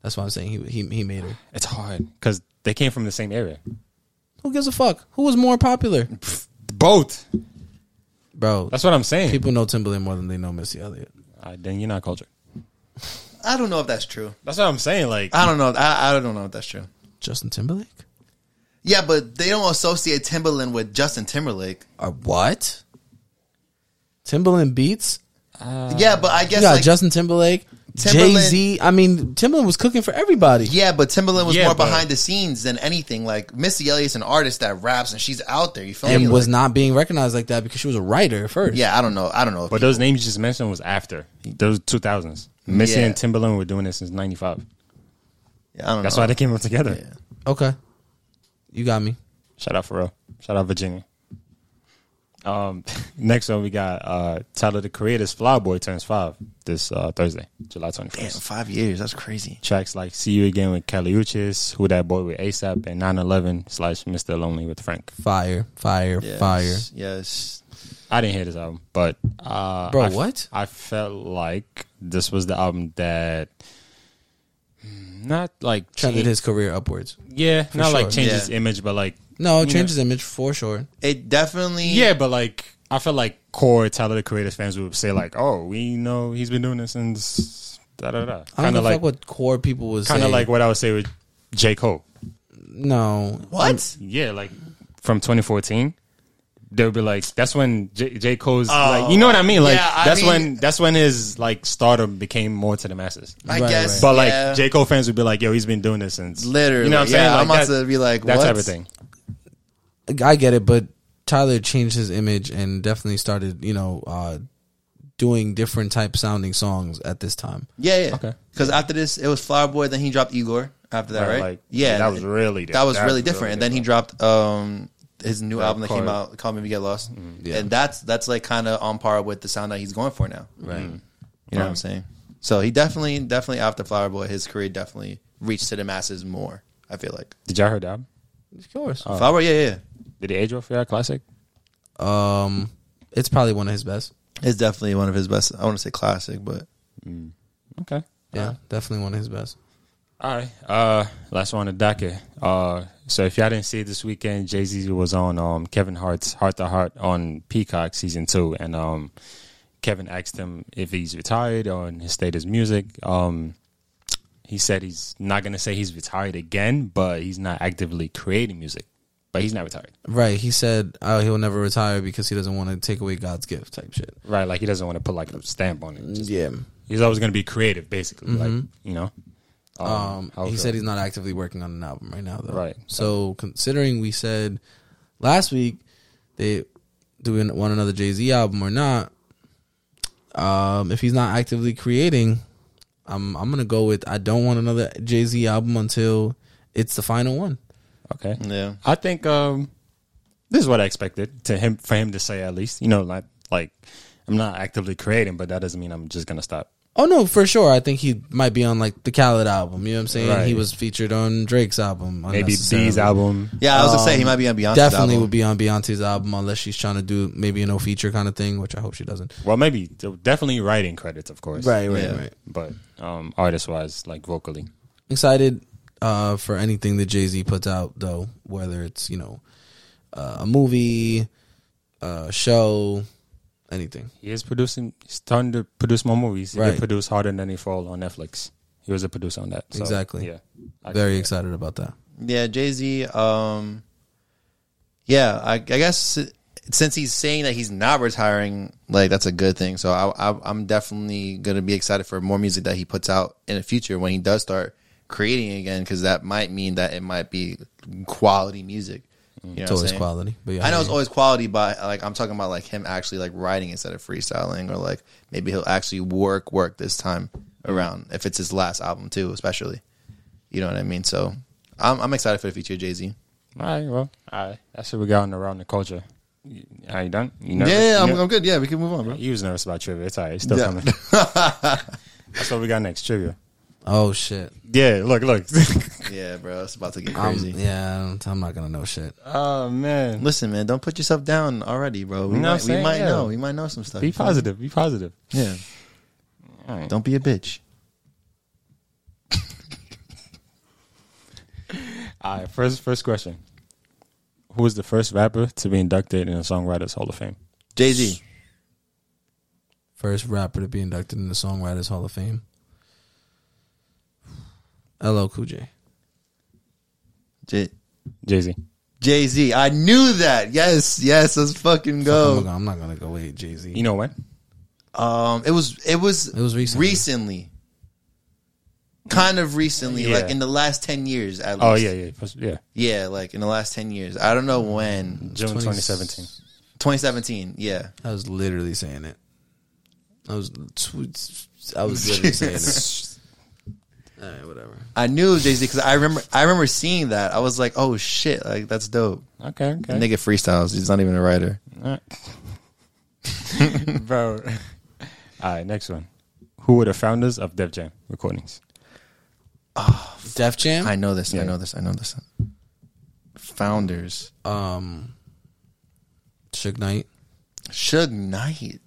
Speaker 3: That's why I'm saying he he he made her.
Speaker 4: It's hard because they came from the same area.
Speaker 3: Who gives a fuck? Who was more popular,
Speaker 4: Both.
Speaker 3: bro?
Speaker 4: That's what I'm saying.
Speaker 3: People know Timbaland more than they know Missy Elliott.
Speaker 4: All right, then you're not cultured.
Speaker 2: I don't know if that's true.
Speaker 4: That's what I'm saying. Like
Speaker 2: I don't know. I, I don't know if that's true.
Speaker 3: Justin Timberlake?
Speaker 2: Yeah, but they don't associate Timberland with Justin Timberlake.
Speaker 3: Uh, what? Timbaland beats?
Speaker 2: Uh, yeah, but I guess
Speaker 3: you got
Speaker 2: like,
Speaker 3: Justin Timberlake, Jay
Speaker 2: Timberland-
Speaker 3: Z. I mean, Timbaland was cooking for everybody.
Speaker 2: yeah, but Timberland was
Speaker 4: Yeah,
Speaker 2: more
Speaker 4: but-
Speaker 2: behind the scenes than anything. Like Missy Elliott's an artist that raps and she's out there. You feel me?
Speaker 3: And was
Speaker 2: Like,
Speaker 3: not being recognized like that because she was a writer at first.
Speaker 2: yeah, I don't know. I don't know. If
Speaker 4: But those names you just mentioned was after those 2000s. Missy
Speaker 2: Yeah.
Speaker 4: and Timberland were doing this since '95.
Speaker 2: yeah, I don't
Speaker 4: That's
Speaker 2: know.
Speaker 4: why they came up together.
Speaker 2: Yeah.
Speaker 3: Okay. You got me.
Speaker 4: Shout out Pharrell. Shout out Virginia. Um, next one we got uh, Tyler the Creator's Flower Boy turns five this uh, Thursday, July
Speaker 2: Damn,
Speaker 4: 21st.
Speaker 2: five years. That's crazy.
Speaker 4: Tracks like "See You Again" with Kelly Uchis, "Who That Boy" with ASAP, and "911" slash "Mr. Lonely" with Frank.
Speaker 3: Fire, fire, fire.
Speaker 2: Yes.
Speaker 4: I didn't hear this album, but uh,
Speaker 3: Bro,
Speaker 4: I f-
Speaker 3: what?
Speaker 4: I felt like this was the album that mm, not like
Speaker 3: Trended
Speaker 4: cha-
Speaker 3: his career upwards.
Speaker 4: yeah, not
Speaker 3: sure.
Speaker 4: like change his
Speaker 2: Yeah.
Speaker 4: image, but like
Speaker 3: No,
Speaker 4: you
Speaker 3: it
Speaker 4: know-
Speaker 3: changed his image for sure.
Speaker 2: It definitely.
Speaker 4: Yeah, but like I feel like core Tyler the Creator fans would say like, "Oh, we know he's been doing this since da da da."
Speaker 3: I don't
Speaker 4: Kind
Speaker 3: know
Speaker 4: of like
Speaker 3: fuck what core people was
Speaker 4: kind of
Speaker 3: saying.
Speaker 4: like what I would say with J Cole.
Speaker 3: no.
Speaker 2: What?
Speaker 4: Yeah, like from 2014. They would be like, that's when J, J. Cole's, like, you know what I mean? Like,
Speaker 2: Oh, yeah, I
Speaker 4: that's
Speaker 2: mean-
Speaker 4: when that's when his like stardom became more to the masses.
Speaker 2: I
Speaker 3: Right,
Speaker 2: guess.
Speaker 3: right.
Speaker 4: But like,
Speaker 2: yeah.
Speaker 4: J. Cole fans would be like, yo, he's been doing this since
Speaker 2: Literally,
Speaker 4: You know what I'm saying?
Speaker 2: yeah,
Speaker 4: Like,
Speaker 2: I'm about to be like,
Speaker 4: that's
Speaker 2: what?
Speaker 4: everything.
Speaker 3: I get it, but Tyler changed his image and definitely started, you know, uh, doing different type sounding songs at this time.
Speaker 2: Yeah, yeah.
Speaker 4: Okay.
Speaker 2: Because after this, it was Flower Boy. Then he dropped Igor. After that,
Speaker 4: Right,
Speaker 2: right?
Speaker 4: like,
Speaker 2: yeah,
Speaker 4: that was really
Speaker 2: that was
Speaker 4: different.
Speaker 2: really
Speaker 4: That was
Speaker 2: different.
Speaker 4: really
Speaker 2: and then he dropped um his new album that came
Speaker 4: Called-
Speaker 2: out, "Call Me If You Get Lost,"
Speaker 4: Mm,
Speaker 3: yeah.
Speaker 2: and that's that's like kind of on par with the sound that he's going for now.
Speaker 3: Right.
Speaker 2: You know what I'm saying? So he definitely, definitely after Flower Boy, his career definitely reached to the masses more. I feel like
Speaker 4: Did y'all hear that? album?
Speaker 3: Of course.
Speaker 4: Oh.
Speaker 2: Flower, Boy, yeah, yeah,
Speaker 4: Did it age well for y'all? Classic?
Speaker 3: Um, it's probably one of his best.
Speaker 2: yeah. it's definitely one of his best. I want to say classic, but
Speaker 4: Okay.
Speaker 3: Yeah, definitely one of his best.
Speaker 4: All right. Uh, last one on the docket. Uh, so if y'all didn't see it this weekend, Jay Z was on um Kevin Hart's Heart to Heart on Peacock season two, and um Kevin asked him if he's retired or in his state is music. Um, he said he's not gonna say he's retired again, but he's not actively creating music. But he's not retired,
Speaker 3: Right. He said uh, he'll never retire because he doesn't want to take away God's gift type shit.
Speaker 4: right? Like he doesn't want to put like a stamp on it. Just-
Speaker 3: Yeah.
Speaker 4: he's always gonna be creative, basically. Like
Speaker 3: Mm-hmm.
Speaker 4: you know.
Speaker 3: Um,
Speaker 4: how
Speaker 3: he
Speaker 4: the-
Speaker 3: said he's not actively working on an album right now, though.
Speaker 4: Right.
Speaker 3: So considering we said last week they doing want another Jay Z album or not, um, if he's not actively creating, I'm I'm gonna go with I don't want another Jay Z album until it's the final one.
Speaker 4: Okay.
Speaker 2: Yeah.
Speaker 4: I think um, this is what I expected to him for him to say at least. You know, like like I'm not actively creating, but that doesn't mean I'm just gonna stop.
Speaker 3: Oh no, for sure. I think he might be on like the Khaled album. You know what I'm saying?
Speaker 4: Right.
Speaker 3: He was featured on Drake's album.
Speaker 4: Maybe
Speaker 3: unnecessarily.
Speaker 4: B's album.
Speaker 2: Yeah, I was gonna say he might be on Beyonce's
Speaker 3: Definitely
Speaker 2: album.
Speaker 3: would be on Beyonce's album unless she's trying to do maybe a no feature kind of thing, which I hope she doesn't.
Speaker 4: Well, maybe definitely writing credits, of course.
Speaker 3: right, right.
Speaker 4: But um, artist wise, like vocally,
Speaker 3: excited uh, for anything that Jay Z puts out, though, whether it's you know uh, a movie, a show, anything.
Speaker 4: he is producing. He's starting to produce more movies. He
Speaker 3: Right.
Speaker 4: did produce Harder Than Any Fall on Netflix. He was a producer on that. So,
Speaker 3: Exactly.
Speaker 4: Yeah. I-
Speaker 3: Very excited about that.
Speaker 2: Yeah, Jay Z. Um, yeah, I, I guess since he's saying that he's not retiring, like that's a good thing. So I, I, I'm definitely gonna be excited for more music that he puts out in the future when he does start creating again, because that might mean that it might be quality music. You know what
Speaker 3: It's
Speaker 2: I'm
Speaker 3: always
Speaker 2: saying?
Speaker 3: quality, but yeah,
Speaker 2: I know
Speaker 3: yeah.
Speaker 2: it's always quality, but like I'm talking about like him actually like writing instead of freestyling, or like maybe he'll actually work work this time around if it's his last album too, especially. You know what I mean? So I'm, I'm excited for the future, Jay Z.
Speaker 4: All right. Well, all right. That's what we got on around the culture. You- Are you done? You nervous?
Speaker 2: Yeah, I'm,
Speaker 4: You-
Speaker 2: I'm good. Yeah, we can move on, bro.
Speaker 4: He was nervous about trivia. It's all right. It's still
Speaker 2: Yeah.
Speaker 4: coming. That's what we got next trivia.
Speaker 3: Oh shit!
Speaker 4: Yeah, look, look.
Speaker 2: Yeah, bro, it's about to get
Speaker 3: I'm,
Speaker 2: crazy.
Speaker 3: yeah, I'm- I'm not gonna know shit.
Speaker 4: oh man,
Speaker 2: Listen, man, don't put yourself down already, bro. We
Speaker 4: You know
Speaker 2: might,
Speaker 4: what I'm
Speaker 2: we
Speaker 4: saying?
Speaker 2: might
Speaker 4: Yeah.
Speaker 2: know. We might know some stuff.
Speaker 4: be positive. Be positive.
Speaker 2: Yeah.
Speaker 4: All right.
Speaker 2: Don't be a bitch.
Speaker 4: All right. First, first question. Who was the first rapper to be inducted in the Songwriters Hall of Fame?
Speaker 2: Jay Z.
Speaker 3: First rapper to be inducted in the Songwriters Hall of Fame. LL Cool J.
Speaker 2: J-
Speaker 4: Jay Z.
Speaker 2: Jay Z. I knew that. Yes, yes. Let's fucking
Speaker 3: I'm not
Speaker 2: go.
Speaker 3: gonna- I'm not gonna go with Jay Z.
Speaker 4: You know when?
Speaker 2: Um, it was it was
Speaker 3: It was recently.
Speaker 2: recently. kind of recently,
Speaker 4: Yeah.
Speaker 2: like in the last ten years at least.
Speaker 4: Oh yeah, yeah, first- yeah.
Speaker 2: yeah, like in the last ten years. I don't know when.
Speaker 4: June 2017.
Speaker 2: 2017. Yeah,
Speaker 3: I was literally saying it. I was, I was literally saying it. All right, whatever.
Speaker 2: I knew Jay Z because I remember I remember seeing that. I was like, oh shit, like that's dope.
Speaker 4: Okay, okay. Mm-hmm.
Speaker 2: The nigga freestyles. He's not even a writer.
Speaker 4: All right. Bro. All right, next one. Who were the founders of Def Jam Recordings?
Speaker 3: Def Jam.
Speaker 2: I know this. I
Speaker 4: Yeah.
Speaker 2: know this. I know this. Founders.
Speaker 3: um, Suge Knight.
Speaker 2: Suge Knight.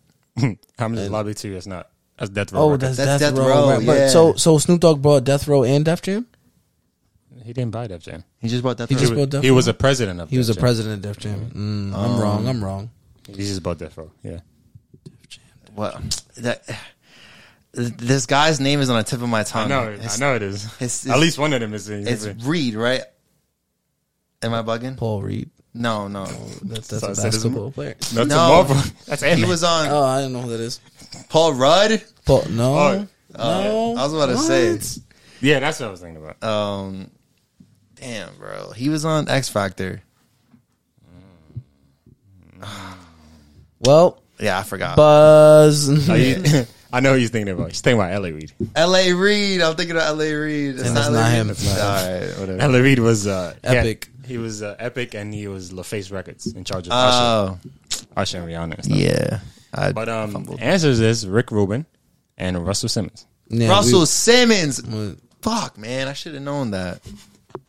Speaker 4: How many lobby two is not? That's Death Row.
Speaker 3: Oh,
Speaker 4: Records.
Speaker 3: that's,
Speaker 2: That's
Speaker 3: Death,
Speaker 2: Death
Speaker 3: Row.
Speaker 2: Row,
Speaker 3: right, right.
Speaker 2: yeah.
Speaker 3: So, so Snoop Dogg brought Death Row and Def Jam.
Speaker 4: he didn't buy Def Jam.
Speaker 2: He just bought that.
Speaker 3: He
Speaker 4: He
Speaker 3: just
Speaker 2: from-
Speaker 3: bought
Speaker 4: was,
Speaker 3: Def
Speaker 4: he
Speaker 3: Row?
Speaker 4: was a president of.
Speaker 3: He was
Speaker 4: Def
Speaker 3: a
Speaker 4: Jam.
Speaker 3: president of Def Jam. Mm, I'm wrong. I'm wrong.
Speaker 4: He just bought Death Row. Yeah.
Speaker 2: what? That. This guy's name is on the tip of my tongue.
Speaker 4: I know. it- I
Speaker 2: His-
Speaker 4: know it is.
Speaker 2: it's-
Speaker 4: At least one of them is. is
Speaker 2: It's
Speaker 4: it.
Speaker 2: Reed, right? Am I bugging?
Speaker 3: Paul Reed.
Speaker 2: No, no.
Speaker 3: That's, that's
Speaker 4: So I
Speaker 3: a
Speaker 4: said it's-
Speaker 3: basketball player.
Speaker 4: That's
Speaker 2: No.
Speaker 4: a Marvel. That's
Speaker 2: He
Speaker 4: Ant-Man.
Speaker 2: was on
Speaker 3: Oh, I don't know who that is.
Speaker 2: Paul Rudd.
Speaker 3: Paul. No.
Speaker 4: Oh,
Speaker 3: no.
Speaker 2: I was about to say.
Speaker 4: yeah, that's what I was thinking about.
Speaker 3: Oh,
Speaker 2: Um, damn, bro, he was on X Factor.
Speaker 3: Well,
Speaker 2: Yeah, I forgot.
Speaker 3: Buzz.
Speaker 4: Are you- I know who he's thinking about. He's thinking about Ellie Reed.
Speaker 2: L.A. Reed. I'm thinking of L.A. Reed. It's
Speaker 3: And that's
Speaker 2: LA
Speaker 3: not
Speaker 2: Reed.
Speaker 3: him. That's not
Speaker 2: All right, whatever.
Speaker 4: Ellie Reed was uh, he had-
Speaker 3: Epic.
Speaker 4: He was uh, epic, and he was LaFace Records in charge of
Speaker 3: Ah.
Speaker 4: Usher,
Speaker 2: Oh,
Speaker 4: Usher and Rihanna. And stuff.
Speaker 2: yeah. I
Speaker 4: But um,
Speaker 2: fumbled.
Speaker 4: answers is Rick Rubin and Russell Simmons.
Speaker 3: Yeah,
Speaker 2: Russell Simmons.
Speaker 3: we-
Speaker 2: Fuck, man, I should have known that.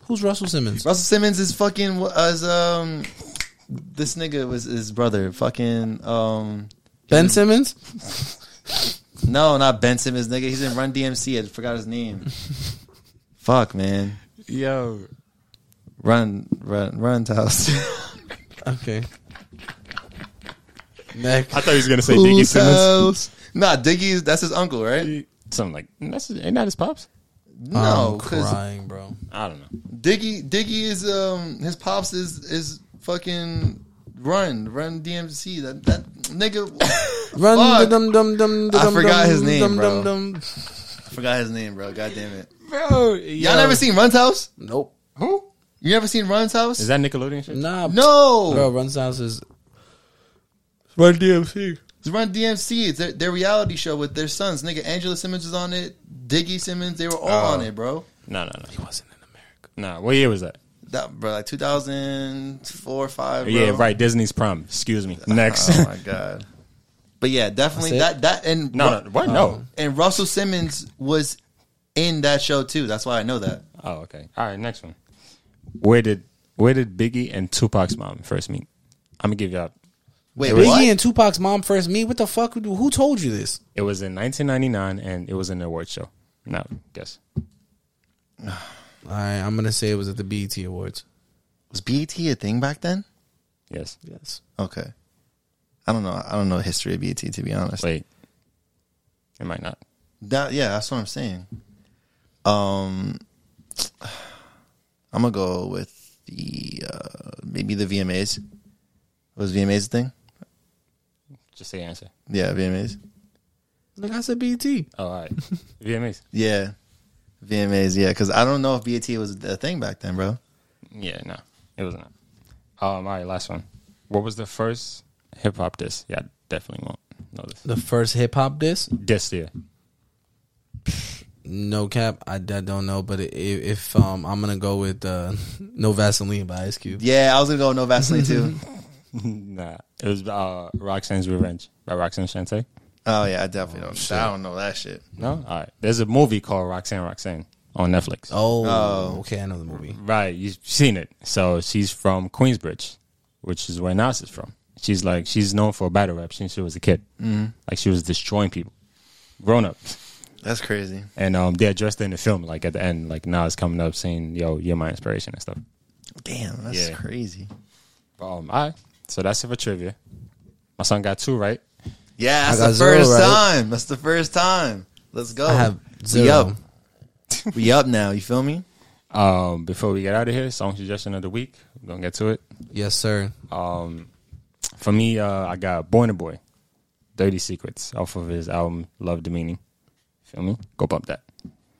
Speaker 3: who's Russell Simmons?
Speaker 2: Russell Simmons is fucking as um, this nigga was his brother. Fucking um.
Speaker 3: Ben Simmons.
Speaker 2: No, not Ben Simmons, nigga. He's in Run DMC. I forgot his name. Fuck, man.
Speaker 4: Yo,
Speaker 2: Run, run, run, Taos.
Speaker 3: Okay. Next.
Speaker 4: I thought he was gonna say Diggy
Speaker 2: Who's
Speaker 4: Simmons.
Speaker 2: Taos? Nah, Diggy's that's his uncle,
Speaker 4: Um,
Speaker 2: right?
Speaker 4: Something like that's ain't that his pops?
Speaker 2: No,
Speaker 3: I'm
Speaker 2: because
Speaker 3: crying, bro.
Speaker 4: I don't know.
Speaker 2: Diggy, Diggy is um his pops is is fucking run, run DMC. That that nigga,
Speaker 3: Run
Speaker 2: Fuck.
Speaker 3: dum dum dum.
Speaker 2: I
Speaker 3: dum,
Speaker 2: forgot
Speaker 3: dum,
Speaker 2: his name,
Speaker 3: dum,
Speaker 2: bro.
Speaker 3: Dum, dum.
Speaker 2: I forgot his name, bro. God damn it.
Speaker 4: Bro,
Speaker 2: Y'all never seen Run's House?
Speaker 3: Nope.
Speaker 4: who?
Speaker 2: You never seen Run's
Speaker 4: Is
Speaker 2: House?
Speaker 4: that Nickelodeon shit?
Speaker 3: Nah.
Speaker 2: No.
Speaker 3: Bro, Run Sounds is Run DMC.
Speaker 2: It's Run DMC. It's their, their reality show with their sons. Nigga, Angela Simmons was on it. Diggy Simmons. They were all
Speaker 4: Oh.
Speaker 2: on it, bro.
Speaker 4: No, no, no.
Speaker 3: He wasn't in America.
Speaker 4: Nah, what year was that?
Speaker 2: That bro, like 2004, five. Bro.
Speaker 4: Yeah, right. Disney's prom. Excuse me. Next.
Speaker 2: Oh my god. But yeah, definitely
Speaker 3: That's
Speaker 2: that that and
Speaker 4: no, no, what? No.
Speaker 2: and Russell Simmons was in that show too. That's why I know that.
Speaker 4: Oh, okay. All right, next one. Where did Where did Biggie and Tupac's mom first meet? I'm gonna give y'all.
Speaker 2: Wait,
Speaker 3: Biggie
Speaker 2: what?
Speaker 3: and Tupac's mom first meet. What the fuck? Who told you this?
Speaker 4: It was in 1999, and it was an award show. No, guess.
Speaker 3: All right, I'm gonna say it was at the BET Awards.
Speaker 2: was BET a thing back then?
Speaker 4: Yes.
Speaker 3: Yes.
Speaker 2: Okay. I don't know. I don't know the history of BET to be honest.
Speaker 4: Wait. It might not.
Speaker 2: That yeah, that's what I'm saying. Um, I'm gonna go with the uh, maybe the VMAs. Was VMAs a thing?
Speaker 4: Just say answer.
Speaker 2: Yeah, VMAs.
Speaker 3: Like I said, E BET.
Speaker 4: Oh, all right. VMAs.
Speaker 2: Yeah, VMAs. Yeah, because I don't know if BET was a thing back then, bro.
Speaker 4: Yeah, no, it was not. Um, all right, last one. What was the first hip hop disc? Yeah, I definitely won't know this.
Speaker 3: The first hip hop disc.
Speaker 4: Disc, yeah.
Speaker 3: No cap. I, I don't know, but i if um, I'm gonna go with uh, No Vaseline by Ice Cube.
Speaker 2: Yeah, I was gonna go with No Vaseline too.
Speaker 4: nah, it was uh, Roxanne's Revenge by Roxanne Shante.
Speaker 2: Oh yeah, I definitely don't. I don't know that shit.
Speaker 4: No, all right. There's a movie called Roxanne Roxanne on Netflix.
Speaker 3: Oh, okay. I know the movie.
Speaker 4: Right, you've seen it. So she's from Queensbridge, which is where Nas is from. She's like she's known for battle rap since she was a kid. Mm. Like she was destroying people, grown ups.
Speaker 2: That's crazy.
Speaker 4: And um, they addressed it in the film, like at the end, like Nas coming up saying, "Yo, you're my inspiration" and stuff.
Speaker 2: Damn, that's
Speaker 4: Yeah.
Speaker 2: crazy.
Speaker 4: Um, all right. So that's it for trivia. My son got two right.
Speaker 2: Yeah, that's
Speaker 3: got
Speaker 2: the
Speaker 3: zero,
Speaker 2: first
Speaker 3: right?
Speaker 2: time. That's the first time. Let's go.
Speaker 3: I have
Speaker 2: We
Speaker 3: zero.
Speaker 2: up. we up now. You feel me?
Speaker 4: Um, before we get out of here, song suggestion of the week. We're gonna get to it.
Speaker 3: Yes, sir.
Speaker 4: For me, uh, I got Born a Boy, Dirty Secrets, off of his album Love the Meaning. Feel me? Go bump that.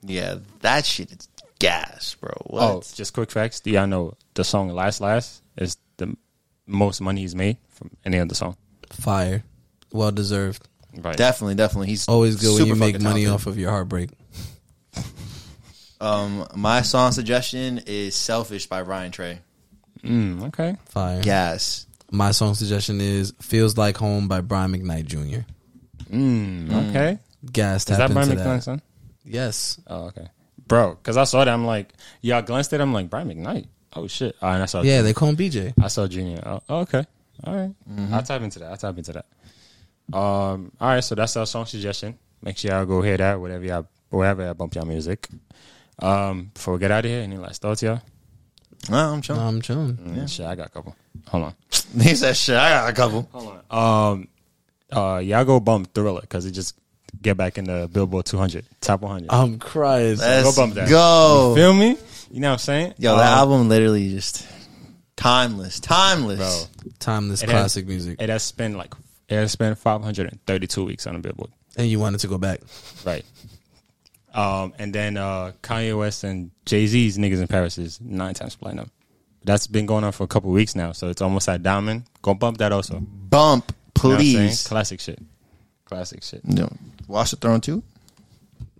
Speaker 2: Yeah, that shit is gas, bro. What?
Speaker 4: Oh, just quick facts. Do y'all know the song Last Last is the m- most money he's made from any other song?
Speaker 3: Fire. Well deserved.
Speaker 4: Right.
Speaker 2: Definitely, definitely. He's
Speaker 3: Always good when
Speaker 2: super
Speaker 3: you make
Speaker 2: fucking
Speaker 3: money
Speaker 2: talented.
Speaker 3: off of your heartbreak.
Speaker 2: Um, my song suggestion is "Selfish" by Ryan Trey.
Speaker 4: Mm, okay.
Speaker 3: Fire.
Speaker 2: Gas.
Speaker 3: My song suggestion is "Feels Like Home" by Brian McKnight Jr.
Speaker 4: Mm, okay.
Speaker 3: Gas.
Speaker 4: Is
Speaker 3: tap
Speaker 4: that Brian
Speaker 3: into
Speaker 4: McKnight's son?
Speaker 3: Yes.
Speaker 4: Oh, okay. Bro, because I saw that. I'm like, yeah, I glanced at it. I'm like, Brian McKnight. Oh, shit. Uh, and I saw
Speaker 3: Yeah, they call him BJ.
Speaker 4: I saw Junior. Oh, oh, okay. All right.
Speaker 2: Mm-hmm.
Speaker 4: I'll type into that. I'll type into that. Um, all right. So that's our song suggestion. Make sure y'all go hear that, whatever y'all, wherever y'all bump y'all music. Um, before we get out of here, any last thoughts, y'all?
Speaker 2: No, I'm chilling.
Speaker 3: I'm chilling.
Speaker 4: Mm, Shit, I got a couple. Hold on.
Speaker 2: he said, "Shit, I got a couple."
Speaker 4: Uh, y'all go bump Thriller because it just get back in the Billboard 200, top 100.
Speaker 2: Uh,
Speaker 3: I'm crying.
Speaker 2: Let's
Speaker 4: bump that.
Speaker 2: go.
Speaker 4: Feel me? You know what I'm saying?
Speaker 2: Yo, that
Speaker 4: Um,
Speaker 2: album literally just timeless, timeless.
Speaker 4: Bro,
Speaker 3: Timeless
Speaker 4: It has-
Speaker 3: classic music.
Speaker 4: it has spent like, it has spent 532 weeks on the Billboard.
Speaker 3: and you wanted to go back.
Speaker 4: Right. Um, and then uh, Kanye West and Jay Z's "Niggas in Paris" is nine times platinum. That's been going on for a couple weeks now, so it's almost at diamond. Go bump that also. You
Speaker 2: Bump,
Speaker 4: know what I'm saying?
Speaker 2: please.
Speaker 4: classic shit. Classic shit.
Speaker 2: No. Watch the Throne too.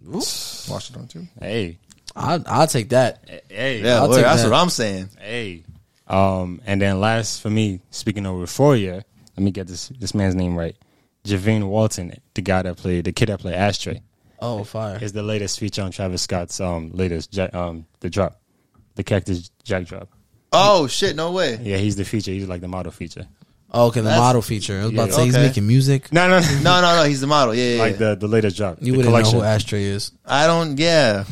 Speaker 2: Watch the Throne too.
Speaker 4: Hey,
Speaker 3: I'll, I'll take that.
Speaker 4: hey,
Speaker 2: Yeah,
Speaker 3: I'll
Speaker 2: word,
Speaker 3: take
Speaker 2: that's
Speaker 3: that.
Speaker 2: what I'm saying.
Speaker 4: hey. Um, and then last for me, speaking of Euphoria, let me get this this man's name right. Javine Walton, the guy that played the kid that played Ashtray,
Speaker 3: Oh, fire.
Speaker 4: is the latest feature on Travis Scott's um latest Ja- um the drop, the Cactus Jack drop.
Speaker 2: Oh shit, no way.
Speaker 4: Yeah, he's the feature. He's like the model feature.
Speaker 3: Oh, okay, the
Speaker 2: That's-
Speaker 3: model feature. I was about to say he's
Speaker 2: Okay.
Speaker 3: making music.
Speaker 4: No, no, no.
Speaker 2: No, no, no. He's the model. Yeah, yeah.
Speaker 4: Like
Speaker 2: yeah.
Speaker 4: the the latest drop.
Speaker 3: You
Speaker 4: the
Speaker 3: wouldn't
Speaker 4: collection.
Speaker 3: know who Ashtray is.
Speaker 2: I don't. Yeah,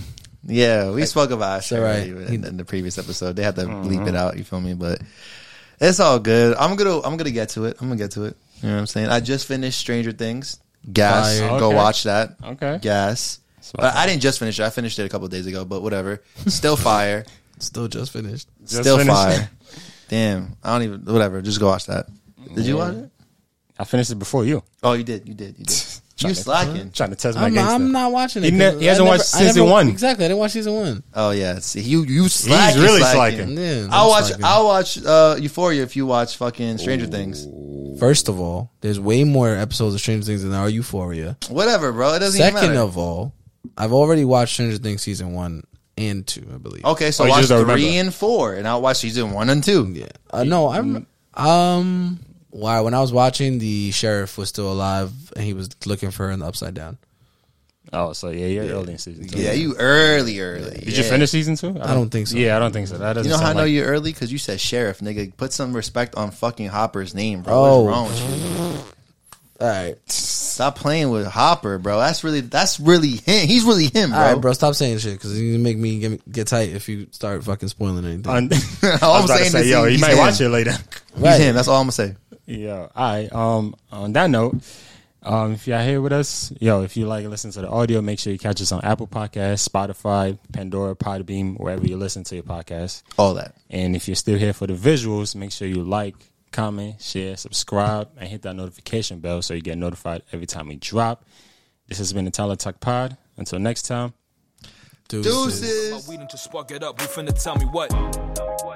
Speaker 2: yeah. We spoke about Asher
Speaker 3: alright.
Speaker 2: already in, in the previous episode. They had to bleep
Speaker 4: Mm-hmm.
Speaker 2: it out. You feel me? But it's all good. I'm gonna. I'm gonna get to it. I'm gonna get to it. You know what I'm saying? I just finished Stranger Things. Gas.
Speaker 4: Fire.
Speaker 2: Go
Speaker 4: Okay.
Speaker 2: watch that.
Speaker 4: Okay.
Speaker 2: Gas. But I didn't just finish it. I finished it a couple days ago. But whatever. Still fire.
Speaker 3: Still just finished.
Speaker 4: Just
Speaker 2: Still
Speaker 4: finished.
Speaker 2: fire. Damn. I don't even. Whatever. Just go watch that. Did you watch it?
Speaker 4: I finished it before you.
Speaker 2: Oh, you did. You did. You did. You
Speaker 4: Trying to-
Speaker 2: slacking.
Speaker 4: Trying to test my
Speaker 3: I'm,
Speaker 4: gangster.
Speaker 3: I'm not watching it.
Speaker 4: He ne-
Speaker 3: 'cause
Speaker 4: he hasn't
Speaker 3: I
Speaker 4: watched
Speaker 3: I never-
Speaker 4: season one.
Speaker 3: Exactly. I didn't watch season one.
Speaker 2: Oh yeah, see you you slack.
Speaker 4: really
Speaker 2: slacking.
Speaker 4: slacking.
Speaker 3: Yeah,
Speaker 2: I'll
Speaker 3: I'm
Speaker 2: watch.
Speaker 3: slacking.
Speaker 2: I'll watch uh, Euphoria if you watch fucking Stranger Things.
Speaker 3: First of all, there's way more episodes of Stranger Things than there are Euphoria.
Speaker 2: Whatever, bro. It doesn't even
Speaker 3: Second
Speaker 2: matter.
Speaker 3: of all, I've already watched Stranger Things season one and two, I believe.
Speaker 2: okay, so
Speaker 4: Oh, you
Speaker 2: watch
Speaker 4: just
Speaker 2: three
Speaker 4: don't remember.
Speaker 2: and four, and I'll watch season one and two.
Speaker 3: Yeah. Uh, no, I'm.
Speaker 2: Mm-hmm.
Speaker 3: Um. Why? When I was watching, the sheriff was still alive, and he was looking for her in the Upside Down.
Speaker 4: Oh, so yeah, you're early in season two.
Speaker 2: Yeah, you early, early.
Speaker 4: Did
Speaker 2: yeah.
Speaker 4: you finish season two? I don't,
Speaker 3: don't think so.
Speaker 4: Yeah, I don't think so. That doesn't.
Speaker 2: You know how I
Speaker 4: sound
Speaker 2: know
Speaker 4: like-
Speaker 2: you're early? Because you said sheriff, nigga. Put some respect on fucking Hopper's name, bro.
Speaker 3: Oh.
Speaker 2: What's wrong with you?
Speaker 3: All right.
Speaker 2: Stop playing with Hopper, bro. That's really that's really him. He's really him,
Speaker 3: All
Speaker 2: bro.
Speaker 3: right, bro. Stop saying shit because you make me get, get tight if you start fucking spoiling anything.
Speaker 4: I'm,
Speaker 2: All I'm
Speaker 4: I was about to
Speaker 2: saying
Speaker 4: say,
Speaker 2: is
Speaker 4: yo,
Speaker 2: he-
Speaker 4: you
Speaker 2: he's
Speaker 4: might
Speaker 2: him.
Speaker 4: watch it later.
Speaker 2: He's
Speaker 3: Right.
Speaker 2: him. That's all I'm gonna say.
Speaker 4: Yeah. All right. Um. On that note, um, if y'all here with us, yo, if you like to listen to the audio, make sure you catch us on Apple Podcasts, Spotify, Pandora, Podbeam, wherever you listen to your podcast.
Speaker 2: All that.
Speaker 4: And if you're still here for the visuals, make sure you like, comment, share, subscribe, and hit that notification bell so you get notified every time we drop. This has been the Tyler Tuck Pod. Until next time.
Speaker 3: Deuces.
Speaker 2: Deuces.
Speaker 5: My weed and just spark it up. You finna tell me what?